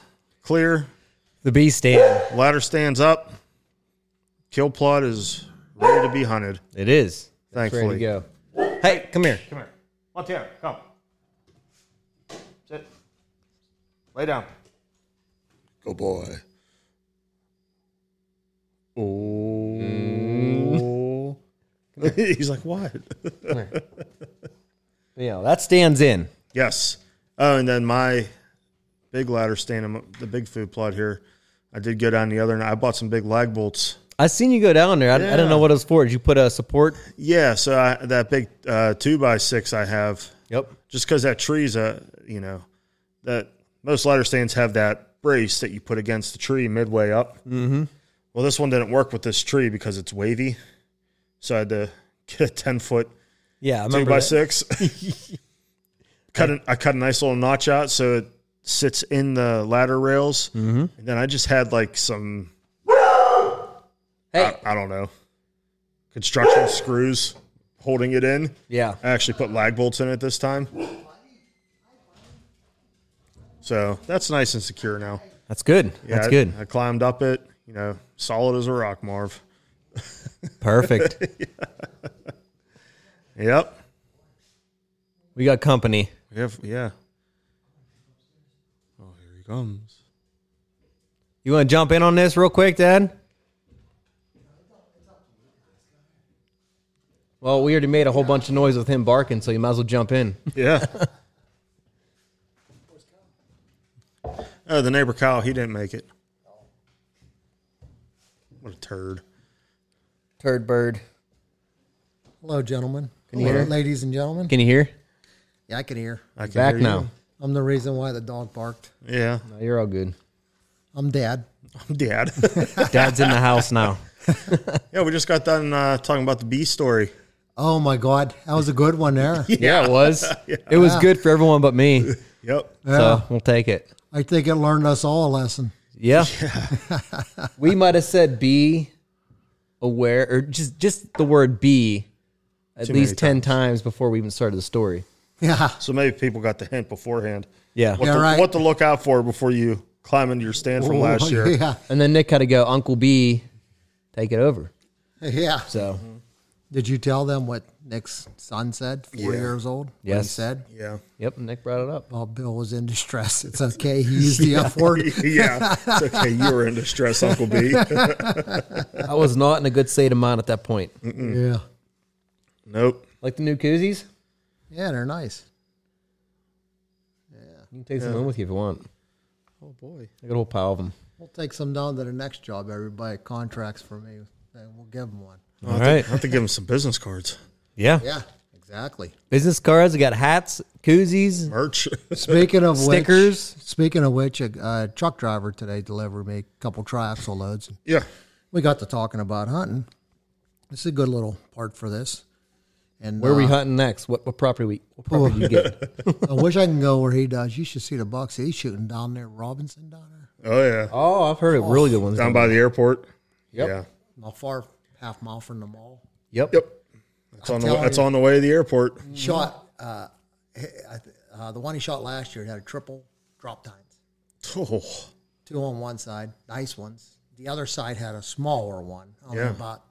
[SPEAKER 2] clear,
[SPEAKER 1] The B stand.
[SPEAKER 2] ladder stands up, kill plot is ready to be hunted.
[SPEAKER 1] It is. Ready to
[SPEAKER 2] Thankfully,
[SPEAKER 1] go. Hey, come here.
[SPEAKER 2] Come here. Let's here. Come. Sit. Lay down. Go boy. Oh. (laughs) He's like, what?
[SPEAKER 1] You know, that stands in.
[SPEAKER 2] yes. Oh, and then my big ladder stand, I'm- the big food plot here. I did go down the other night. I bought some big lag bolts.
[SPEAKER 1] I seen you go down there. I, I don't know what it was for. Did you put a support?
[SPEAKER 2] Yeah, so I, that big uh, two by six I have
[SPEAKER 1] Yep.
[SPEAKER 2] just because that tree's a you know that most ladder stands have that brace that you put against the tree midway up. Mm-hmm. Well, this one didn't work with this tree because it's wavy, so I had to (laughs) get a ten foot
[SPEAKER 1] Yeah, I
[SPEAKER 2] two
[SPEAKER 1] remember.
[SPEAKER 2] by
[SPEAKER 1] that.
[SPEAKER 2] six. (laughs) cut an, I cut a nice little notch out so it sits in the ladder rails, mm-hmm. and then I just had like some
[SPEAKER 1] Hey.
[SPEAKER 2] I, I don't know construction screws holding it in.
[SPEAKER 1] Yeah.
[SPEAKER 2] I actually put lag bolts in it this time. So that's nice and secure now.
[SPEAKER 1] That's good.
[SPEAKER 2] Yeah,
[SPEAKER 1] That's
[SPEAKER 2] I- (laughs)
[SPEAKER 1] good.
[SPEAKER 2] I, climbed up it, you know, solid as a rock, Marv.
[SPEAKER 1] Perfect.
[SPEAKER 2] Yep.
[SPEAKER 1] we got company.
[SPEAKER 2] We have, yeah. Oh, here he comes.
[SPEAKER 1] You want to jump in on this real quick, Dad? Well, we already made a whole bunch of noise with him barking, so you might as well jump in.
[SPEAKER 2] Yeah. (laughs) oh, the neighbor Kyle, he didn't make it. What a turd.
[SPEAKER 1] Turd bird.
[SPEAKER 3] Hello, gentlemen. Can
[SPEAKER 1] you hear?
[SPEAKER 3] Ladies and gentlemen.
[SPEAKER 1] Can you hear?
[SPEAKER 3] yeah, I can hear.
[SPEAKER 2] I can
[SPEAKER 1] Back
[SPEAKER 2] hear you.
[SPEAKER 1] now.
[SPEAKER 3] I'm the reason why the dog barked.
[SPEAKER 2] Yeah.
[SPEAKER 1] No, you're all good.
[SPEAKER 3] I'm dad.
[SPEAKER 2] I'm dad.
[SPEAKER 1] Dad's in the house now.
[SPEAKER 2] (laughs) yeah, we just got done uh, talking about the B story.
[SPEAKER 3] Oh my God, that was a good one there.
[SPEAKER 1] (laughs) Yeah, it was. It was good for everyone but me.
[SPEAKER 2] Yep.
[SPEAKER 1] So we'll take it.
[SPEAKER 3] (laughs) I think it learned us all a lesson.
[SPEAKER 1] Yeah. (laughs) we might have said be aware or just just the word be at
[SPEAKER 2] Too many
[SPEAKER 1] least 10 times before we even started the story.
[SPEAKER 3] Yeah,
[SPEAKER 2] So maybe people got the hint beforehand.
[SPEAKER 1] Yeah.
[SPEAKER 2] What,
[SPEAKER 3] Yeah,
[SPEAKER 2] to,
[SPEAKER 3] right.
[SPEAKER 2] what to look out for before you climb into your stand from last year.
[SPEAKER 3] (laughs) Yeah,
[SPEAKER 1] And then Nick had to go Uncle B take it over.
[SPEAKER 3] yeah.
[SPEAKER 1] So,
[SPEAKER 2] Mm-hmm.
[SPEAKER 3] Did you tell them what Nick's son said? Four
[SPEAKER 2] Yeah.
[SPEAKER 3] years old. what
[SPEAKER 1] Yes.
[SPEAKER 3] he said.
[SPEAKER 2] Yeah. (laughs)
[SPEAKER 1] yep, Nick brought it up.
[SPEAKER 3] Well, Bill was in distress. It's okay. He
[SPEAKER 2] (laughs)
[SPEAKER 3] used the F word.
[SPEAKER 2] yeah. It's okay. You were in distress, Uncle
[SPEAKER 3] (laughs)
[SPEAKER 2] B.
[SPEAKER 1] I was not in a good state of mind at that point.
[SPEAKER 2] Mm.
[SPEAKER 3] Yeah,
[SPEAKER 2] nope.
[SPEAKER 1] Like the new koozies?
[SPEAKER 3] yeah. They're nice.
[SPEAKER 1] You can take some home with you if you want.
[SPEAKER 2] Oh, boy.
[SPEAKER 1] I got a whole pile of them.
[SPEAKER 3] We'll take some down to the next job. Everybody contracts for me, and we'll give them one.
[SPEAKER 1] All right.
[SPEAKER 2] Oh, I have to give him some business cards.
[SPEAKER 1] Yeah.
[SPEAKER 3] Yeah, exactly.
[SPEAKER 1] Business cards. We got hats, koozies.
[SPEAKER 2] Merch. (laughs)
[SPEAKER 3] Speaking of
[SPEAKER 1] Stickers.
[SPEAKER 3] Which, speaking of which, a, a truck driver today delivered me a couple triaxle loads.
[SPEAKER 2] yeah.
[SPEAKER 3] We got to talking about hunting. This is a good little part for this. And
[SPEAKER 1] Where are we
[SPEAKER 3] uh,
[SPEAKER 1] hunting next? What, what property we? What property you get?
[SPEAKER 2] (laughs)
[SPEAKER 3] I wish I can go where he does. You should see the bucks he's shooting down there, Robinson down there.
[SPEAKER 2] Oh, yeah.
[SPEAKER 1] Oh, I've heard of really good ones.
[SPEAKER 2] Down by the airport. Yeah.
[SPEAKER 3] Not far, half mile from the mall.
[SPEAKER 1] Yep.
[SPEAKER 2] Yep. That's on, the,
[SPEAKER 3] telling
[SPEAKER 2] that's
[SPEAKER 3] you.
[SPEAKER 2] on the way to the airport.
[SPEAKER 3] Shot uh, he- I th- uh, the one he shot last year had a triple drop tines,
[SPEAKER 2] Oh,
[SPEAKER 3] two on one side, nice ones. The other side had a smaller one, only
[SPEAKER 2] Yeah.
[SPEAKER 3] about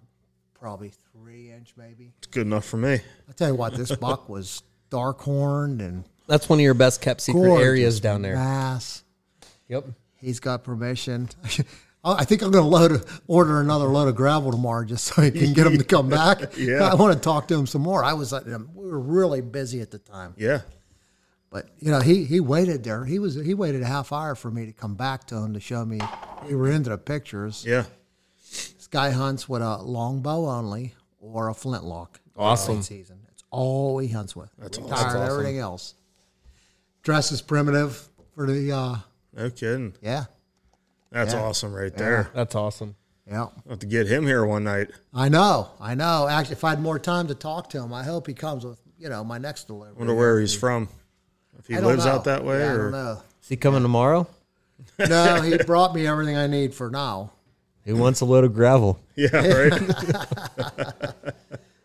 [SPEAKER 3] probably three inch maybe.
[SPEAKER 2] it's good enough for me.
[SPEAKER 3] I tell you what,
[SPEAKER 1] (laughs)
[SPEAKER 3] this buck was dark horned and
[SPEAKER 1] That's one of your best kept secret
[SPEAKER 3] gorgeous
[SPEAKER 1] areas down there.
[SPEAKER 3] Mass.
[SPEAKER 1] Yep.
[SPEAKER 3] He's got permission. (laughs) I I think I'm going to load order another load of gravel tomorrow just so he can get him
[SPEAKER 1] (laughs)
[SPEAKER 3] to come back.
[SPEAKER 2] Yeah.
[SPEAKER 3] I want to talk to him some more. I was like, we were really busy at the time,
[SPEAKER 2] Yeah.
[SPEAKER 3] but you know, he he waited there. He was he waited a half hour for me to come back to him to show me we were into the pictures.
[SPEAKER 2] Yeah.
[SPEAKER 3] This guy hunts with a longbow only or a flintlock.
[SPEAKER 1] Awesome.
[SPEAKER 3] Late Season. That's all he hunts with. That's
[SPEAKER 2] awesome.
[SPEAKER 3] Retired everything else. Dress is primitive for the uh,
[SPEAKER 2] No kidding.
[SPEAKER 3] yeah
[SPEAKER 2] That's awesome right there.
[SPEAKER 1] That's awesome.
[SPEAKER 3] yeah.
[SPEAKER 2] I'll have to get him here one night.
[SPEAKER 3] I know, I know. Actually, if I had more time to talk to him, I hope he comes with you know my next delivery.
[SPEAKER 2] I wonder where he's from. If he
[SPEAKER 3] I don't
[SPEAKER 2] lives out
[SPEAKER 3] know.
[SPEAKER 2] that way
[SPEAKER 3] Yeah,
[SPEAKER 2] or. (laughs)
[SPEAKER 1] Is he coming tomorrow?
[SPEAKER 3] I don't know. No, he brought me everything I need for now. (laughs)
[SPEAKER 1] He wants a load of gravel.
[SPEAKER 2] Yeah, right.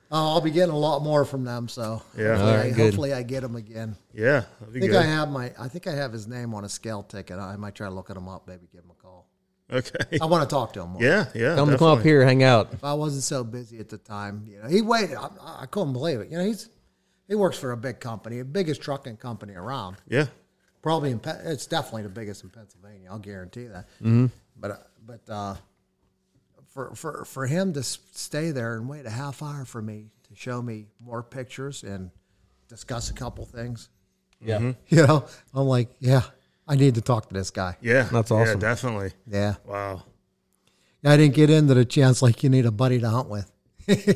[SPEAKER 3] Oh, I'll be getting a lot more from them. So
[SPEAKER 2] Yeah.
[SPEAKER 3] hopefully,
[SPEAKER 1] All right,
[SPEAKER 3] I,
[SPEAKER 1] good.
[SPEAKER 3] hopefully I get them again.
[SPEAKER 2] Yeah, that'd be
[SPEAKER 3] I think
[SPEAKER 2] good.
[SPEAKER 3] I have my. I think I have his name on a scale ticket. I might try to look at him up. Maybe give him a call.
[SPEAKER 2] Okay. (laughs)
[SPEAKER 3] I want to talk to him. More.
[SPEAKER 2] Yeah, yeah.
[SPEAKER 1] Tell them to come up
[SPEAKER 2] definitely.
[SPEAKER 1] here, hang out.
[SPEAKER 3] If I wasn't so busy at the time, you know, he waited. I, I couldn't believe it. You know, he's he works for a big company, the biggest trucking company around.
[SPEAKER 2] Yeah,
[SPEAKER 3] Probably in Pe- it's definitely the biggest in Pennsylvania. I'll guarantee that. But uh, but uh, for for for him to s- stay there and wait a half hour for me to show me more pictures and discuss a couple things, (laughs)
[SPEAKER 1] Yeah,
[SPEAKER 2] Mm-hmm.
[SPEAKER 3] you know, I'm like, yeah, I need to talk to this guy.
[SPEAKER 2] yeah.
[SPEAKER 1] That's awesome.
[SPEAKER 2] Yeah, definitely.
[SPEAKER 3] Yeah.
[SPEAKER 2] Wow.
[SPEAKER 3] I didn't get into the chance like you need a buddy to hunt with.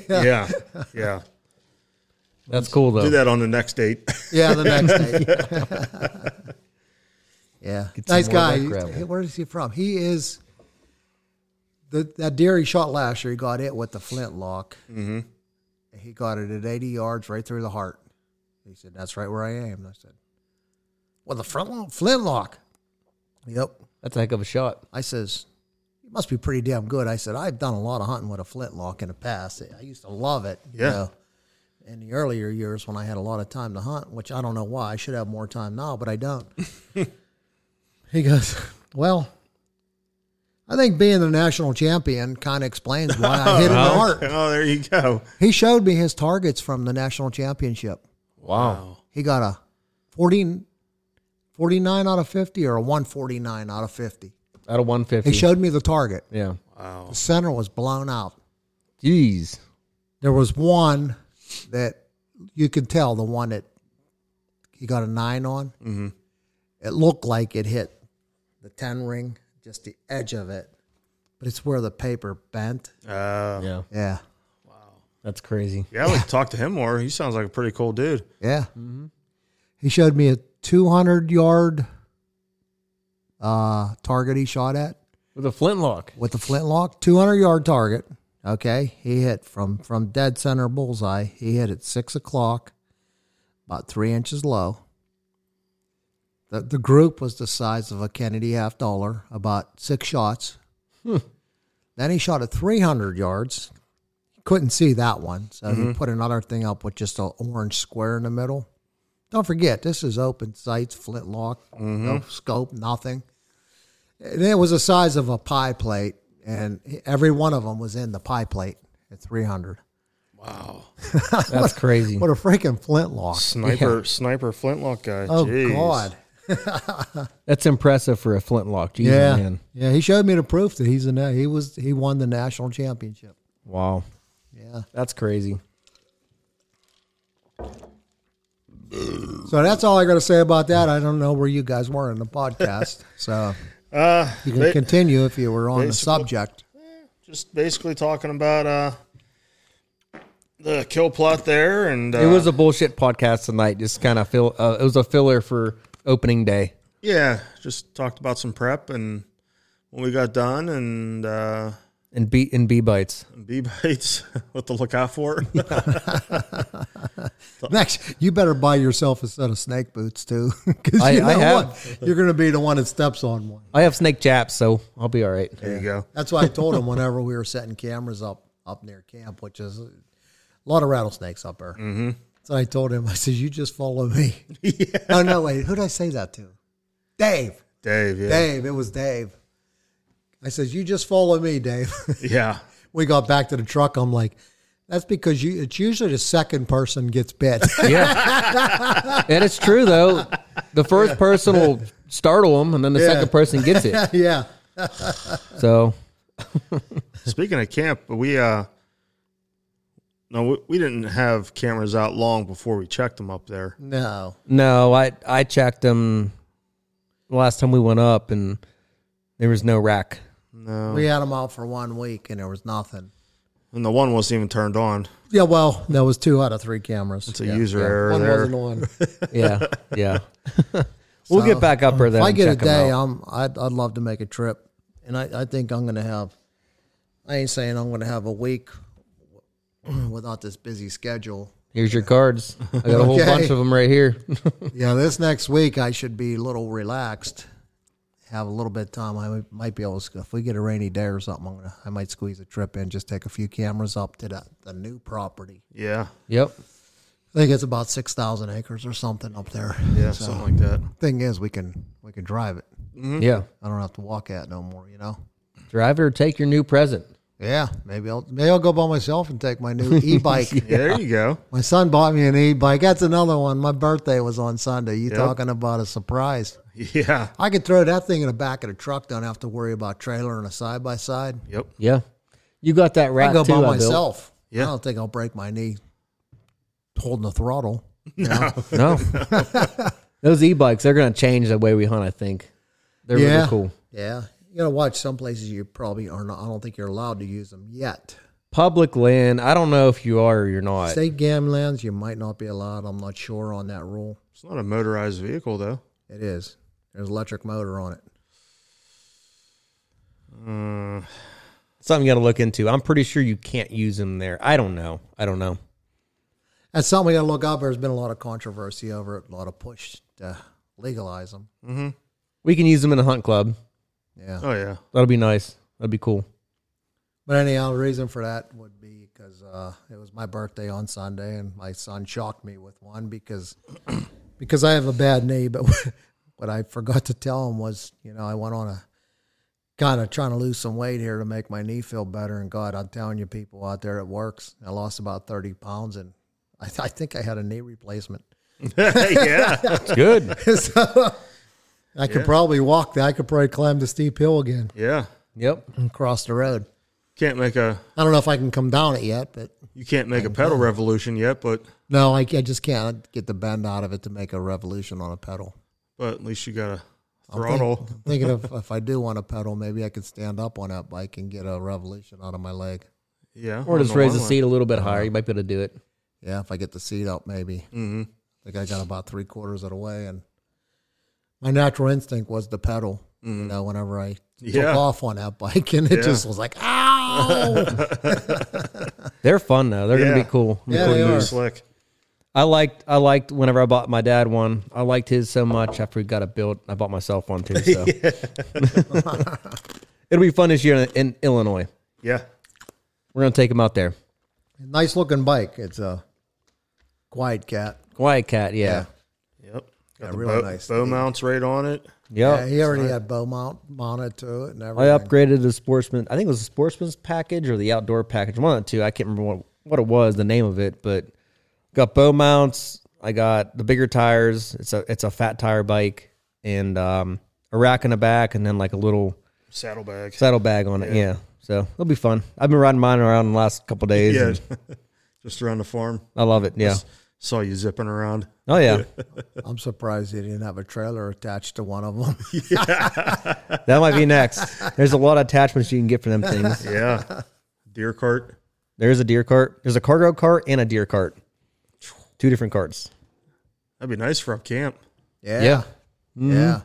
[SPEAKER 2] Yeah,
[SPEAKER 3] (laughs)
[SPEAKER 2] yeah.
[SPEAKER 1] that's cool though.
[SPEAKER 2] Do that on the next date. (laughs)
[SPEAKER 3] Yeah, the next day.
[SPEAKER 1] (laughs)
[SPEAKER 3] (laughs) yeah,
[SPEAKER 1] some
[SPEAKER 3] nice
[SPEAKER 1] more of
[SPEAKER 3] guy.
[SPEAKER 1] that gravel.
[SPEAKER 3] Hey, Where is he from? He is the that deer he shot last year. He got it with the flintlock. Mm-hmm. He got it at eighty yards, right through the heart. He said, "That's right where I am." And I said, "Well, the front flintlock." Yep.
[SPEAKER 1] That's a heck of a shot.
[SPEAKER 3] I says, "You must be pretty damn good." I said, "I've done a lot of hunting with a flintlock in the past. I used to love it." you
[SPEAKER 2] Yeah.
[SPEAKER 3] know, in the earlier years when I had a lot of time to hunt, which I don't know why I should have more time now, but I don't. (laughs) he goes, "Well." I think being the national champion kind of explains why I (laughs) hit in the heart.
[SPEAKER 2] Oh, there you go.
[SPEAKER 3] He showed me his targets from the national championship.
[SPEAKER 1] Wow.
[SPEAKER 3] He got a 40, 49 out of 50 or a 149 out of 50.
[SPEAKER 1] Out of one fifty.
[SPEAKER 3] He showed me the target.
[SPEAKER 1] yeah.
[SPEAKER 2] Wow.
[SPEAKER 3] The center was blown out.
[SPEAKER 1] Jeez.
[SPEAKER 3] There was one that you could tell the one that he got a nine on. Mm-hmm. It looked like it hit the ten ring, just the edge of it, but it's where the paper bent.
[SPEAKER 2] Uh, yeah.
[SPEAKER 1] Yeah.
[SPEAKER 3] Yeah,
[SPEAKER 1] That's crazy.
[SPEAKER 2] I would talk to him more. He sounds like a pretty cool dude.
[SPEAKER 3] yeah. He showed me a two hundred yard uh, target he shot at.
[SPEAKER 1] With a flintlock.
[SPEAKER 3] with the flintlock, 200 yard target. Okay, he hit from from dead center bullseye. He hit at six o'clock, about three inches low. The the group was the size of a Kennedy half dollar, about six shots. Then he shot at 300 yards. Couldn't see that one, so he put another thing up with just an orange square in the middle. Don't forget, this is open sights, flintlock, no scope, nothing. And it was the size of a pie plate, and every one of them was in the pie plate at 300.
[SPEAKER 2] Wow.
[SPEAKER 1] (laughs) That's crazy.
[SPEAKER 3] What a freaking flintlock.
[SPEAKER 2] Sniper, sniper, flintlock guy.
[SPEAKER 3] Oh,
[SPEAKER 2] Jeez.
[SPEAKER 3] God.
[SPEAKER 1] That's impressive for a flintlock. Jeez,
[SPEAKER 3] yeah.
[SPEAKER 1] man.
[SPEAKER 3] Yeah, he showed me the proof that he's a na- he was he won the national championship.
[SPEAKER 1] Wow.
[SPEAKER 3] Yeah.
[SPEAKER 1] That's crazy.
[SPEAKER 3] So that's all I got to say about that. I don't know where you guys were in the podcast. (laughs) So
[SPEAKER 2] Uh,
[SPEAKER 3] you can
[SPEAKER 2] ba-
[SPEAKER 3] continue if you were on the
[SPEAKER 2] basically-
[SPEAKER 3] subject.
[SPEAKER 2] just basically talking about uh, the kill plot there, and uh,
[SPEAKER 1] It was a bullshit podcast tonight. Just kind of fill. Uh, it was a filler for opening day.
[SPEAKER 2] yeah, just talked about some prep and when we got done and. Uh,
[SPEAKER 1] And B and B bites.
[SPEAKER 2] Bee bites. (laughs) What to look out for? (laughs)
[SPEAKER 3] Next, you better buy yourself a set of snake boots too, (laughs) because
[SPEAKER 1] I-
[SPEAKER 3] you know
[SPEAKER 1] I have.
[SPEAKER 3] what? You're going to be the one that steps on one.
[SPEAKER 1] I have snake chaps, so I'll be all right. (laughs)
[SPEAKER 2] There you go.
[SPEAKER 3] That's why I told him whenever we were setting cameras up up near camp, which is a lot of rattlesnakes up there. Mm-hmm. So I told him, I said, "You just follow me." (laughs) Oh no, wait, who did I say that to? Dave.
[SPEAKER 2] Dave. Yeah.
[SPEAKER 3] Dave. It was Dave. I says, "You just follow me, Dave." (laughs)
[SPEAKER 2] Yeah.
[SPEAKER 3] we got back to the truck. I'm like, "That's because you." It's usually the second person gets bit. (laughs)
[SPEAKER 1] Yeah, and it's true though. The first person will startle them, and then the
[SPEAKER 3] Yeah.
[SPEAKER 1] second person gets it.
[SPEAKER 3] yeah.
[SPEAKER 1] So
[SPEAKER 2] Speaking of camp, we uh, no, we, we didn't have cameras out long before we checked them up there.
[SPEAKER 3] No.
[SPEAKER 1] no, I I checked them last time we went up, and there was no rack.
[SPEAKER 2] No,
[SPEAKER 3] We had them out for one week, and there was nothing.
[SPEAKER 2] and the one wasn't even turned on.
[SPEAKER 3] Yeah. Well, that was two out of three cameras.
[SPEAKER 2] It's a user error
[SPEAKER 3] one
[SPEAKER 2] there.
[SPEAKER 3] wasn't on.
[SPEAKER 1] (laughs) Yeah,
[SPEAKER 3] (laughs)
[SPEAKER 1] yeah. we'll get back up there. Then
[SPEAKER 3] If I get a
[SPEAKER 1] and check 'em
[SPEAKER 3] day,
[SPEAKER 1] out.
[SPEAKER 3] I'm I'd, I'd love to make a trip, and I, I think I'm gonna have. I ain't saying I'm gonna have a week (clears throat) without this busy schedule.
[SPEAKER 1] here's your cards. I got a whole
[SPEAKER 3] (laughs) Okay.
[SPEAKER 1] bunch of them right here.
[SPEAKER 3] yeah, this next week I should be a little relaxed. have a little bit of time, I might- might be able to. If we get a rainy day or something, I'm gonna, I might squeeze a trip in, just take a few cameras up to the, the new property.
[SPEAKER 2] Yeah.
[SPEAKER 1] (laughs) Yep.
[SPEAKER 3] I think it's about six thousand acres or something up there.
[SPEAKER 2] Yeah.
[SPEAKER 3] So,
[SPEAKER 2] Something like that.
[SPEAKER 3] thing is, we can we can drive it.
[SPEAKER 1] Yeah.
[SPEAKER 3] I don't have to walk at it no more. You know.
[SPEAKER 1] Drive it or take your new present.
[SPEAKER 3] Yeah, maybe I'll maybe I'll go by myself and take
[SPEAKER 1] (laughs)
[SPEAKER 3] my new e-bike.
[SPEAKER 2] Yeah, there you go.
[SPEAKER 3] My son bought me an e-bike. That's another one. My birthday was on Sunday. You talking about a surprise?
[SPEAKER 2] Yeah.
[SPEAKER 3] I could throw that thing in the back of the truck. Don't have to worry about trailer and a side by side.
[SPEAKER 2] Yep.
[SPEAKER 1] Yeah. You got that
[SPEAKER 3] I
[SPEAKER 1] rack
[SPEAKER 3] go
[SPEAKER 1] too,
[SPEAKER 3] by
[SPEAKER 1] I built.
[SPEAKER 3] myself.
[SPEAKER 2] Yeah.
[SPEAKER 3] I don't think I'll break my knee holding the throttle.
[SPEAKER 1] No.
[SPEAKER 3] (laughs)
[SPEAKER 1] (laughs) Those e-bikes, they're going to change the way we hunt, I think. They're really cool.
[SPEAKER 3] Yeah, you gotta watch some places. You probably are not. I don't think you're allowed to use them yet.
[SPEAKER 1] Public land, I don't know if you are or you're not.
[SPEAKER 3] State gam lands, you might not be allowed. I'm not sure on that rule.
[SPEAKER 2] It's not a motorized vehicle though.
[SPEAKER 3] It is. There's electric motor on it.
[SPEAKER 1] Something you got to look into. I'm pretty sure you can't use them there. I don't know. I don't know.
[SPEAKER 3] That's something we got to look out. for. There's been a lot of controversy over it, a lot of push to legalize them.
[SPEAKER 1] We can use them in a hunt club.
[SPEAKER 3] Yeah.
[SPEAKER 2] Oh (laughs) yeah.
[SPEAKER 1] That'll be nice. That'd be cool.
[SPEAKER 3] But anyhow, the reason for that would be because uh, it was my birthday on Sunday, and my son shocked me with one because (clears throat) because I have a bad knee. But (laughs) what I forgot to tell him was, you know, I went on a kind of trying to lose some weight here to make my knee feel better. And God, I'm telling you, people out there, it works. I lost about thirty pounds, and I, I think I had a knee replacement.
[SPEAKER 2] yeah.
[SPEAKER 1] It's good.
[SPEAKER 3] (laughs) so I could probably walk that. I could probably climb the steep hill again
[SPEAKER 2] Yeah.
[SPEAKER 1] (laughs) yep.
[SPEAKER 3] and cross the road.
[SPEAKER 2] Can't make a
[SPEAKER 3] I don't know if I can come down it yet, but
[SPEAKER 2] you can't make a pedal revolution yet, but
[SPEAKER 3] no, I, I just can't get the bend out of it to make a revolution on a pedal.
[SPEAKER 2] but at least you got a
[SPEAKER 3] Think-
[SPEAKER 2] throttle.
[SPEAKER 3] I'm thinking of if I do want a pedal, maybe I could stand up on that bike and get a revolution out of my leg.
[SPEAKER 2] Yeah.
[SPEAKER 1] Or
[SPEAKER 2] on
[SPEAKER 1] just raise the
[SPEAKER 2] one
[SPEAKER 1] seat a little bit higher. You might be able to do it.
[SPEAKER 3] Yeah, if I get the seat up, maybe. Mm-hmm. I think I got about three quarters of the way, and my natural instinct was the pedal. You know, whenever I
[SPEAKER 2] Yeah.
[SPEAKER 3] took off on that bike, (laughs) and it just was like, ow!
[SPEAKER 1] They're fun though. They're gonna
[SPEAKER 2] Yeah.
[SPEAKER 1] be cool.
[SPEAKER 3] Yeah,
[SPEAKER 2] line.
[SPEAKER 3] they
[SPEAKER 2] Blue
[SPEAKER 3] are.
[SPEAKER 2] slick.
[SPEAKER 1] I liked I liked whenever I bought my dad one. I liked his so much after we got it built. I bought myself one too. So (laughs) it'll be fun this year in, in Illinois.
[SPEAKER 2] Yeah.
[SPEAKER 1] We're gonna take him out there.
[SPEAKER 3] Nice looking bike. It's a quiet cat.
[SPEAKER 1] Quiet cat, yeah.
[SPEAKER 2] Yep. Got
[SPEAKER 3] Yeah,
[SPEAKER 2] the
[SPEAKER 3] really
[SPEAKER 2] bow,
[SPEAKER 3] nice
[SPEAKER 2] bow
[SPEAKER 3] thing.
[SPEAKER 2] mounts right on it.
[SPEAKER 1] Yep.
[SPEAKER 3] yeah, Oh, he already had bow mount mounted to it and
[SPEAKER 1] I
[SPEAKER 3] everything.
[SPEAKER 1] upgraded the sportsman. I think it was the sportsman's package or the outdoor package. One of the two. I can't remember what, what it was, the name of it, but got bow mounts. I got the bigger tires. It's a it's a fat tire bike and um, a rack in the back, and then like a little
[SPEAKER 2] Saddlebag.
[SPEAKER 1] saddle bag on it. Yeah. So it'll be fun. I've been riding mine around the last couple days.
[SPEAKER 2] Yeah.
[SPEAKER 1] and
[SPEAKER 2] (laughs) just around the farm.
[SPEAKER 1] I love it. Yeah.
[SPEAKER 2] Saw you zipping around.
[SPEAKER 1] Oh yeah.
[SPEAKER 3] I'm surprised he didn't have a trailer attached to one of them. (laughs)
[SPEAKER 1] That might be next. There's a lot of attachments you can get for them things.
[SPEAKER 2] Yeah. Deer cart.
[SPEAKER 1] There's a deer cart. There's a cargo cart and a deer cart. Two different carts.
[SPEAKER 2] That'd be nice for up camp.
[SPEAKER 3] yeah, yeah. Mm-hmm.
[SPEAKER 1] Yeah.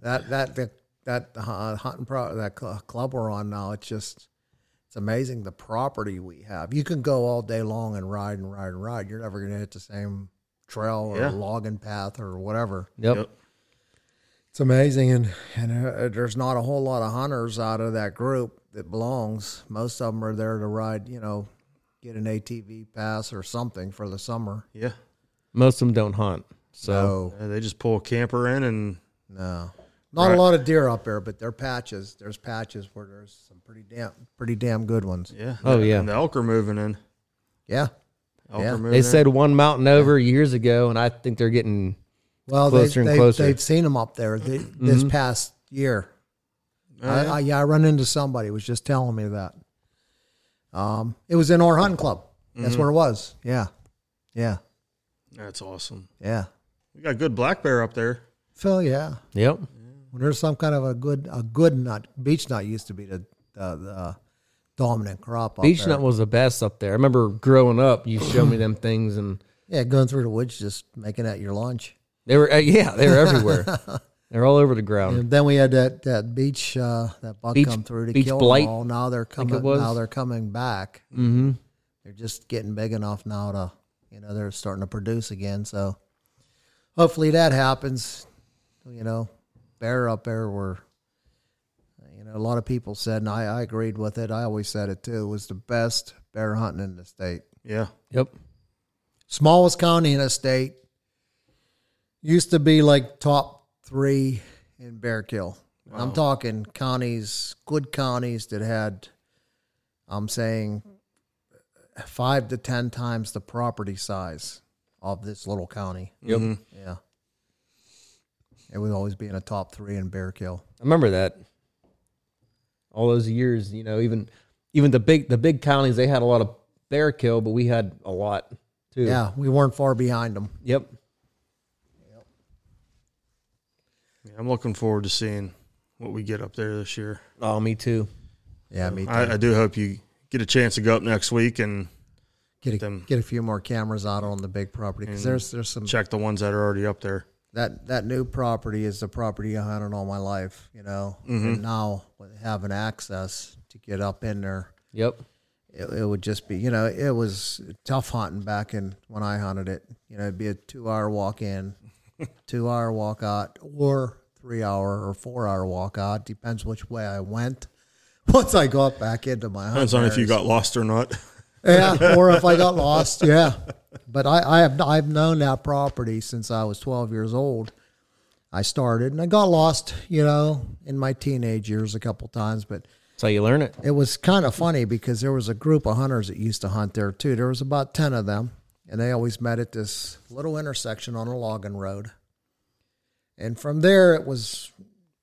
[SPEAKER 3] That that that that uh, hunting pro that cl- club we're on now. It's just it's amazing the property we have. You can go all day long and ride and ride and ride. You're never gonna hit the same trail or
[SPEAKER 2] Yeah.
[SPEAKER 3] logging path or whatever.
[SPEAKER 1] Yep.
[SPEAKER 2] Yep.
[SPEAKER 3] It's amazing, and and uh, there's not a whole lot of hunters out of that group that belongs. Most of them are there to ride, you know, get an ATV pass or something for the summer.
[SPEAKER 2] Yeah.
[SPEAKER 1] Most of them don't hunt. So
[SPEAKER 3] So
[SPEAKER 2] Yeah, Uh, they just pull a camper in and
[SPEAKER 3] no, not a lot of deer up there, but there are patches. There's patches where there's some pretty damn, pretty damn good ones.
[SPEAKER 2] yeah.
[SPEAKER 1] Oh,
[SPEAKER 2] the-
[SPEAKER 1] yeah.
[SPEAKER 2] And the elk are moving in.
[SPEAKER 3] Yeah.
[SPEAKER 2] Elk
[SPEAKER 3] Yeah.
[SPEAKER 2] are moving
[SPEAKER 1] they
[SPEAKER 2] in.
[SPEAKER 1] said one mountain over years ago, and I think they're getting
[SPEAKER 3] Well,
[SPEAKER 1] Closer and
[SPEAKER 3] they, they,
[SPEAKER 1] closer. Mm-hmm.
[SPEAKER 3] They've seen them up there th this past year. I, I, yeah, I run into somebody who was just telling me that. Um, it was in our hunting club. That's
[SPEAKER 1] Mm-hmm.
[SPEAKER 3] where it was. Yeah, yeah,
[SPEAKER 2] That's awesome.
[SPEAKER 3] yeah.
[SPEAKER 2] We got good black bear up there.
[SPEAKER 3] Phil, yeah.
[SPEAKER 1] Yep.
[SPEAKER 3] When there's some kind of a good a good nut, beech nut used to be the the, the dominant crop. Up
[SPEAKER 1] Beech
[SPEAKER 3] there.
[SPEAKER 1] nut was the best up there. I remember growing up, you showed me them things and
[SPEAKER 3] Yeah, going through the woods, just making that your lunch.
[SPEAKER 1] they were uh, yeah, they were everywhere.
[SPEAKER 3] (laughs)
[SPEAKER 1] they're all over the ground.
[SPEAKER 3] And then we had that that beach uh, that buck
[SPEAKER 1] Um, Beach-
[SPEAKER 3] come through to
[SPEAKER 1] beach
[SPEAKER 3] kill
[SPEAKER 1] blight,
[SPEAKER 3] them all. Now they're coming.
[SPEAKER 1] was.
[SPEAKER 3] Now they're coming back. Mm-hmm. They're just getting big enough now to you know they're starting to produce again. So hopefully that happens. You know, bear up there were, you know, a lot of people said, and I, I agreed with it. I always said it too. Was the best bear hunting in the state,
[SPEAKER 2] Yeah.
[SPEAKER 1] Yep.
[SPEAKER 3] smallest county in the state. Used to be like top three in bear kill. I'm talking counties, good counties that had, I'm saying, five to ten times the property size of this little county.
[SPEAKER 1] Yep.
[SPEAKER 3] Yeah. It would always be in a top three in bear kill.
[SPEAKER 1] I remember that. All those years, you know, even even the big the big counties, they had a lot of bear kill, but we had a lot too.
[SPEAKER 3] Yeah, we weren't far behind them.
[SPEAKER 1] Yep.
[SPEAKER 2] Yeah, I'm looking forward to seeing what we get up there this year.
[SPEAKER 1] Oh, me too.
[SPEAKER 3] Yeah, me too.
[SPEAKER 2] I, I do hope you get a chance to go up next week and
[SPEAKER 3] Get a,
[SPEAKER 2] them.
[SPEAKER 3] get a few more cameras out on the big property because there's there's some
[SPEAKER 2] check the ones that are already up there.
[SPEAKER 3] that that new property is the property I hunted all my life. You know,
[SPEAKER 2] Mm-hmm.
[SPEAKER 3] and now with having access to get up in there,
[SPEAKER 1] Yep.
[SPEAKER 3] it, it would just be you know it was tough hunting back in when I hunted it. You know, it'd be a two hour
[SPEAKER 2] (laughs)
[SPEAKER 3] walk in, two hour walk out, or three hour or four hour walk out. Depends which way I went. (laughs) Once I got back into my hunt,
[SPEAKER 2] Depends on if you got lost or not. (laughs)
[SPEAKER 3] yeah, (laughs) or if I got lost, yeah. But I, I have I've known that property since I was 12 years old. I started and I got lost, you know, in my teenage years a couple times, but
[SPEAKER 1] That's how you learn it.
[SPEAKER 3] it was kind of funny because there was a group of hunters that used to hunt there too. There was about 10 of them, and they always met at this little intersection on a logging road. And from there, it was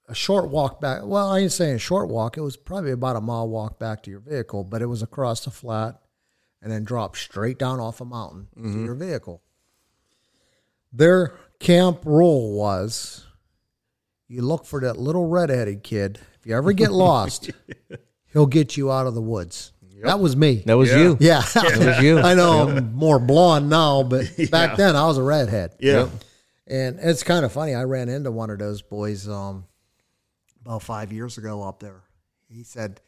[SPEAKER 3] a short walk back. Well, I ain't saying a short walk, it was probably about a mile walk back to your vehicle, but it was across the flat and then drop straight down off a mountain
[SPEAKER 1] Mm-hmm.
[SPEAKER 3] to your vehicle. Their camp rule was you look for that little red-headed kid. If you ever
[SPEAKER 1] (laughs)
[SPEAKER 3] get lost, he'll get you out of the woods. That was me.
[SPEAKER 1] That was you.
[SPEAKER 3] Yeah.
[SPEAKER 1] That was you.
[SPEAKER 3] (laughs) I know I'm more blonde now, but
[SPEAKER 1] (laughs)
[SPEAKER 3] back then I was a redhead.
[SPEAKER 2] Yeah.
[SPEAKER 3] And it's kind of funny. I ran into one of those boys um, about five years ago up there. He said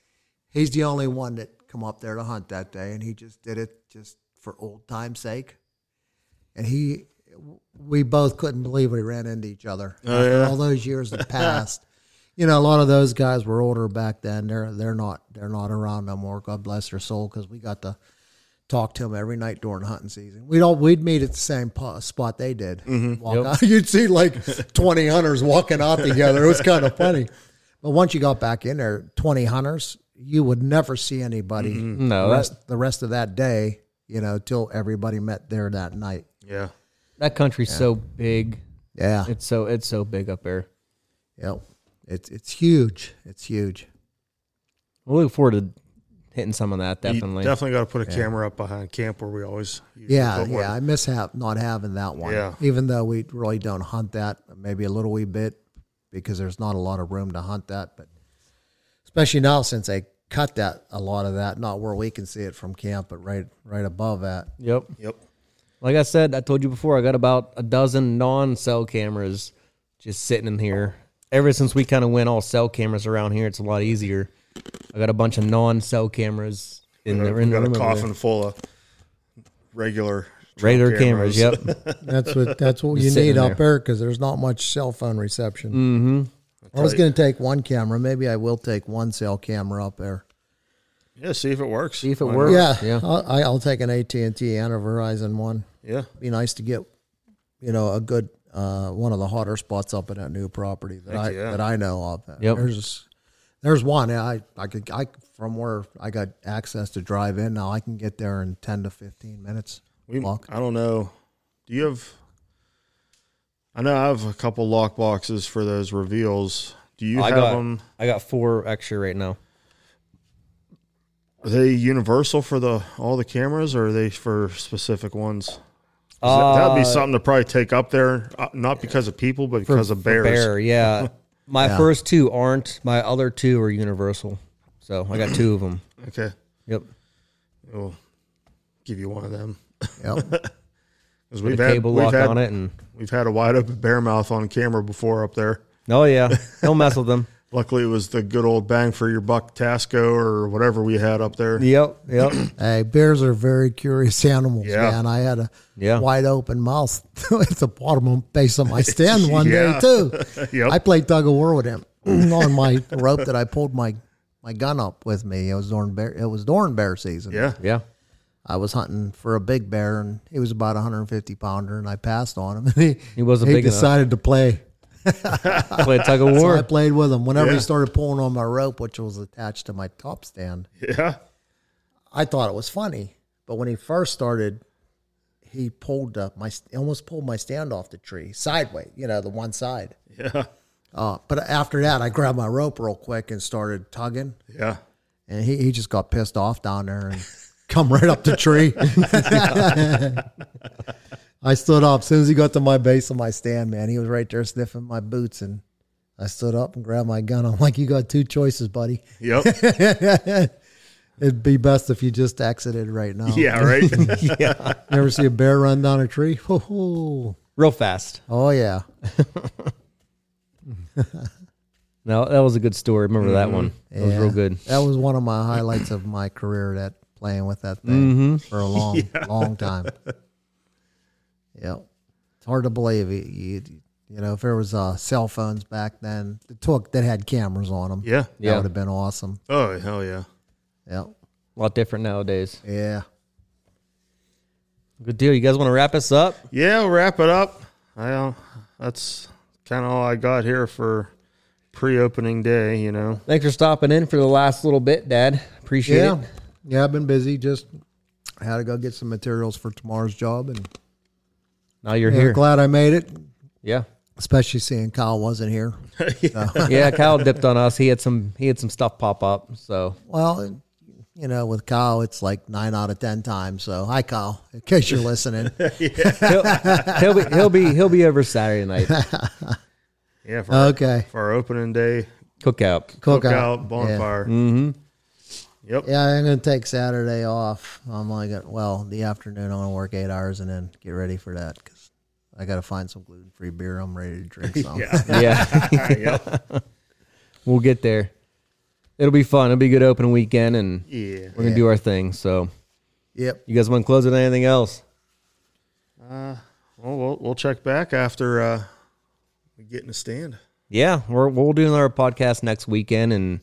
[SPEAKER 3] he's the only one that come up there to hunt that day, and he just did it just for old time's sake. And he, we both couldn't believe we ran into each other after all those years that passed. (laughs) You know, a lot of those guys were older back then. They're they're not they're not around no more. God bless their soul, because we got to talk to him every night during hunting season. We'd all we'd meet at the same po- spot they did. Walk
[SPEAKER 1] Mm-hmm. Yep.
[SPEAKER 3] out. (laughs) You'd see like twenty hunters walking out together. It was kind of funny. But once you got back in there, twenty hunters, you would never see anybody
[SPEAKER 1] No,
[SPEAKER 3] the
[SPEAKER 1] Mm-hmm. Oh, that-
[SPEAKER 3] rest, the rest of that day. You know, till everybody met there that night.
[SPEAKER 2] Yeah.
[SPEAKER 1] That country's so big.
[SPEAKER 3] Yeah,
[SPEAKER 1] It's so it's so big up there.
[SPEAKER 3] yep. It's it's huge. It's huge.
[SPEAKER 1] We look forward to hitting some of that
[SPEAKER 2] You
[SPEAKER 1] definitely.
[SPEAKER 2] definitely got to put a camera up behind camp where we always usually
[SPEAKER 3] Yeah,
[SPEAKER 2] put one.
[SPEAKER 3] yeah. I miss have not having that one.
[SPEAKER 2] Yeah.
[SPEAKER 3] Even though we really don't hunt that, maybe a little wee bit because there's not a lot of room to hunt that. But especially now since they cut that a lot of that, not where we can see it from camp, but right right above that.
[SPEAKER 1] yep.
[SPEAKER 2] Yep.
[SPEAKER 1] Like I said, I told you before, I got about a dozen non-cell cameras just sitting in here. Ever since we kind of went all cell cameras around here, it's a lot easier. I got a bunch of non-cell cameras in the,
[SPEAKER 2] We
[SPEAKER 1] in the
[SPEAKER 2] got a
[SPEAKER 1] room over
[SPEAKER 2] coffin
[SPEAKER 1] there.
[SPEAKER 2] full of regular
[SPEAKER 1] Regular cameras. Yep.
[SPEAKER 3] That's what that's
[SPEAKER 1] (laughs)
[SPEAKER 3] what
[SPEAKER 1] Just
[SPEAKER 3] you
[SPEAKER 1] sitting
[SPEAKER 3] need
[SPEAKER 1] there.
[SPEAKER 3] up there because there's not much cell phone reception. Mm-hmm. I was going to take one camera. Maybe I will take one cell camera up there.
[SPEAKER 2] Yeah. See if it works.
[SPEAKER 1] See if it
[SPEAKER 2] Why not?
[SPEAKER 1] works.
[SPEAKER 3] Yeah,
[SPEAKER 1] Yeah.
[SPEAKER 3] I'll, I- I'll take an AT and T and a Verizon one.
[SPEAKER 2] Yeah.
[SPEAKER 3] be nice to get, you know, a good uh, one of the hotter spots up in that new property that I
[SPEAKER 2] yeah.
[SPEAKER 3] that I know of.
[SPEAKER 1] Yep.
[SPEAKER 3] There's there's one and I I could I from where I got access to drive in now I can get there in ten to fifteen minutes.
[SPEAKER 2] We,
[SPEAKER 3] walk.
[SPEAKER 2] I don't know. Do you have? I know I have a couple lock boxes for those reveals. Do you
[SPEAKER 1] (laughs) I
[SPEAKER 2] have
[SPEAKER 1] got
[SPEAKER 2] them?
[SPEAKER 1] I got four extra right now.
[SPEAKER 2] Are they universal for the all the cameras, or are they for specific ones? 'Cause that would
[SPEAKER 1] Uh,
[SPEAKER 2] be something to probably take up there, uh, not because of people, but because of bears.
[SPEAKER 1] Bear,
[SPEAKER 2] (laughs)
[SPEAKER 1] yeah. My first two aren't. My other two are universal. So I got two of them.
[SPEAKER 2] Okay,
[SPEAKER 1] Yep.
[SPEAKER 2] we'll give you one of them (laughs)
[SPEAKER 3] Yep.
[SPEAKER 2] 'Cause we've
[SPEAKER 1] The
[SPEAKER 2] had
[SPEAKER 1] cable
[SPEAKER 2] we've
[SPEAKER 1] lock
[SPEAKER 2] had,
[SPEAKER 1] on it and
[SPEAKER 2] We've had a wide open bear mouth on camera before up there.
[SPEAKER 1] oh yeah, don't mess with them.
[SPEAKER 2] Luckily, it was the good old bang for your buck Tasco or whatever we had up there.
[SPEAKER 1] (laughs) Yep, yep,
[SPEAKER 3] Hey, bears are very curious animals,
[SPEAKER 2] Yeah.
[SPEAKER 3] man. I had a
[SPEAKER 1] Yeah.
[SPEAKER 3] wide open mouth (laughs) at the bottom of base of my stand one
[SPEAKER 2] Yeah.
[SPEAKER 3] day too.
[SPEAKER 2] (laughs) Yep.
[SPEAKER 3] I played tug of war with him (clears throat) on my rope that I pulled my my gun up with me. It was during bear it was during bear season.
[SPEAKER 2] yeah.
[SPEAKER 1] (clears throat) yeah.
[SPEAKER 3] I was hunting for a big bear and he was about 150 pounder and I passed on him (laughs) and he,
[SPEAKER 1] He wasn't
[SPEAKER 3] he
[SPEAKER 1] big enough.
[SPEAKER 3] decided to play.
[SPEAKER 1] Play tug of
[SPEAKER 3] So I
[SPEAKER 1] war.
[SPEAKER 3] played with him. Whenever
[SPEAKER 2] Yeah.
[SPEAKER 3] he started pulling on my rope, which was attached to my top stand,
[SPEAKER 2] Yeah.
[SPEAKER 3] I thought it was funny. But when he first started, he pulled up my he almost pulled my stand off the tree sideways, you know, the one side.
[SPEAKER 2] Yeah.
[SPEAKER 3] Uh, but after that, I grabbed my rope real quick and started tugging,
[SPEAKER 2] Yeah.
[SPEAKER 3] and he, he just got pissed off down there and (laughs) come right up the tree. (laughs) I stood up as soon as he got to my base of my stand, man. He was right there sniffing my boots, and I stood up and grabbed my gun. I'm like, "You got two choices, buddy." (laughs)
[SPEAKER 2] Yep.
[SPEAKER 3] Oh. It'd be best if you just exited right now.
[SPEAKER 2] yeah. Right.
[SPEAKER 3] (laughs)
[SPEAKER 1] yeah,
[SPEAKER 3] Never see a bear run down a tree. (laughs) Woo-hoo.
[SPEAKER 1] real fast.
[SPEAKER 3] Oh yeah.
[SPEAKER 1] No, that was a good story. Remember that one? That was
[SPEAKER 3] Yeah.
[SPEAKER 1] real good.
[SPEAKER 3] That was one of my highlights of my career. That playing with that
[SPEAKER 1] Mm-hmm.
[SPEAKER 3] thing for a (laughs) long, long time. Yeah, it's hard to believe. You, you, you know, if there was uh, cell phones back then, that took that had cameras on them.
[SPEAKER 2] yeah.
[SPEAKER 3] that
[SPEAKER 1] Yeah.
[SPEAKER 3] would have been awesome.
[SPEAKER 2] Oh hell yeah.
[SPEAKER 3] Yeah,
[SPEAKER 1] A lot different nowadays.
[SPEAKER 3] yeah.
[SPEAKER 1] Good deal. You guys want to wrap us up?
[SPEAKER 2] Yeah. We'll wrap it up. I don't. That's kind of all I got here for pre-opening day. You know.
[SPEAKER 1] Thanks for stopping in for the last little bit, Dad. Appreciate
[SPEAKER 3] Yeah.
[SPEAKER 1] it.
[SPEAKER 3] Yeah, I've been busy. Just had to go get some materials for tomorrow's job, and
[SPEAKER 1] Now you're
[SPEAKER 3] yeah,
[SPEAKER 1] here.
[SPEAKER 3] glad I made it.
[SPEAKER 1] Yeah.
[SPEAKER 3] Especially seeing Kyle wasn't here.
[SPEAKER 1] yeah, Kyle dipped on us. He had some he had some stuff pop up. So
[SPEAKER 3] Well, you know, with Kyle, it's like nine out of ten times. So, hi, Kyle, in case you're listening.
[SPEAKER 1] he'll, he'll be he'll be he'll be over Saturday night
[SPEAKER 2] Yeah. For,
[SPEAKER 3] okay,
[SPEAKER 2] for our opening day
[SPEAKER 1] (laughs) cookout.
[SPEAKER 3] cook
[SPEAKER 2] cookout bonfire. Yep.
[SPEAKER 3] Mm-hmm. Yeah. yeah, I'm gonna take Saturday off. I'm like, well, the afternoon I'm gonna work eight hours and then get ready for that because I gotta find some gluten free beer. I'm ready to drink some.
[SPEAKER 2] Yeah.
[SPEAKER 1] Yeah,
[SPEAKER 2] yep.
[SPEAKER 1] (laughs) we'll get there. It'll be fun. It'll be a good opening weekend, and
[SPEAKER 2] Yeah.
[SPEAKER 1] we're gonna do our thing. So
[SPEAKER 3] (laughs) Yep.
[SPEAKER 1] you guys want to close with anything else?
[SPEAKER 2] Well, we'll we'll check back after uh, we get in the stand.
[SPEAKER 1] Yeah, we're we'll do another podcast next weekend and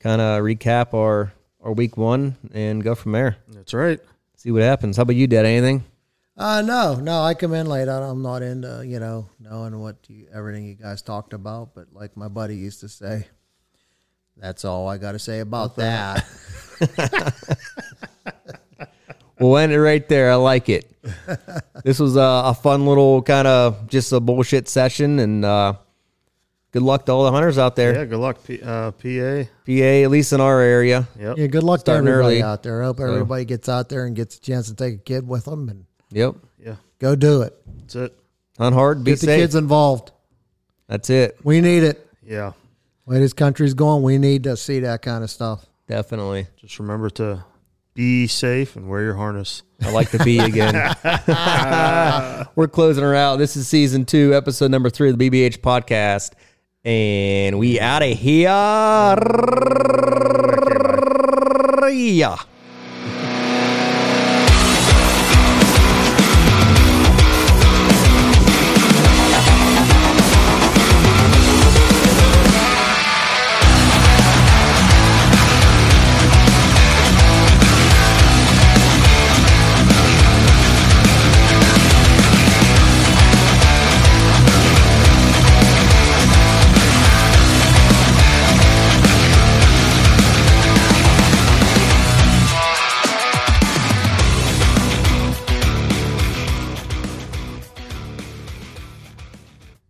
[SPEAKER 1] kind of recap our our week one and go from there.
[SPEAKER 2] That's right.
[SPEAKER 1] See what happens. How about you, Dad? Anything?
[SPEAKER 3] Uh no, no, I come in late. I, I'm not into you know knowing what you, everything you guys talked about. But like my buddy used to say, that's all I gotta say about that.
[SPEAKER 1] We'll end it right there. I like (laughs) it. this was a, a fun little kind of just a bullshit session, and uh, good luck to all the hunters out there.
[SPEAKER 2] Yeah. Good luck, P- uh, PA.
[SPEAKER 1] PA, at least in our area.
[SPEAKER 2] Yep.
[SPEAKER 3] Yeah, good luck to
[SPEAKER 1] Oh, Starting
[SPEAKER 3] everybody
[SPEAKER 1] early.
[SPEAKER 3] out there. Hope everybody gets out there and gets a chance to take a kid with them and
[SPEAKER 1] Yep.
[SPEAKER 2] Yeah.
[SPEAKER 3] go do it.
[SPEAKER 2] That's it.
[SPEAKER 1] Hunt hard, be
[SPEAKER 3] Get the
[SPEAKER 1] safe.
[SPEAKER 3] kids involved.
[SPEAKER 1] That's it.
[SPEAKER 3] We need it.
[SPEAKER 2] Yeah.
[SPEAKER 3] The way this country's going, we need to see that kind of stuff.
[SPEAKER 1] Definitely.
[SPEAKER 2] Just remember to be safe and wear your harness.
[SPEAKER 1] I like the B again. We're closing her out. This is season two, episode number three of the BBH podcast. And we out of here.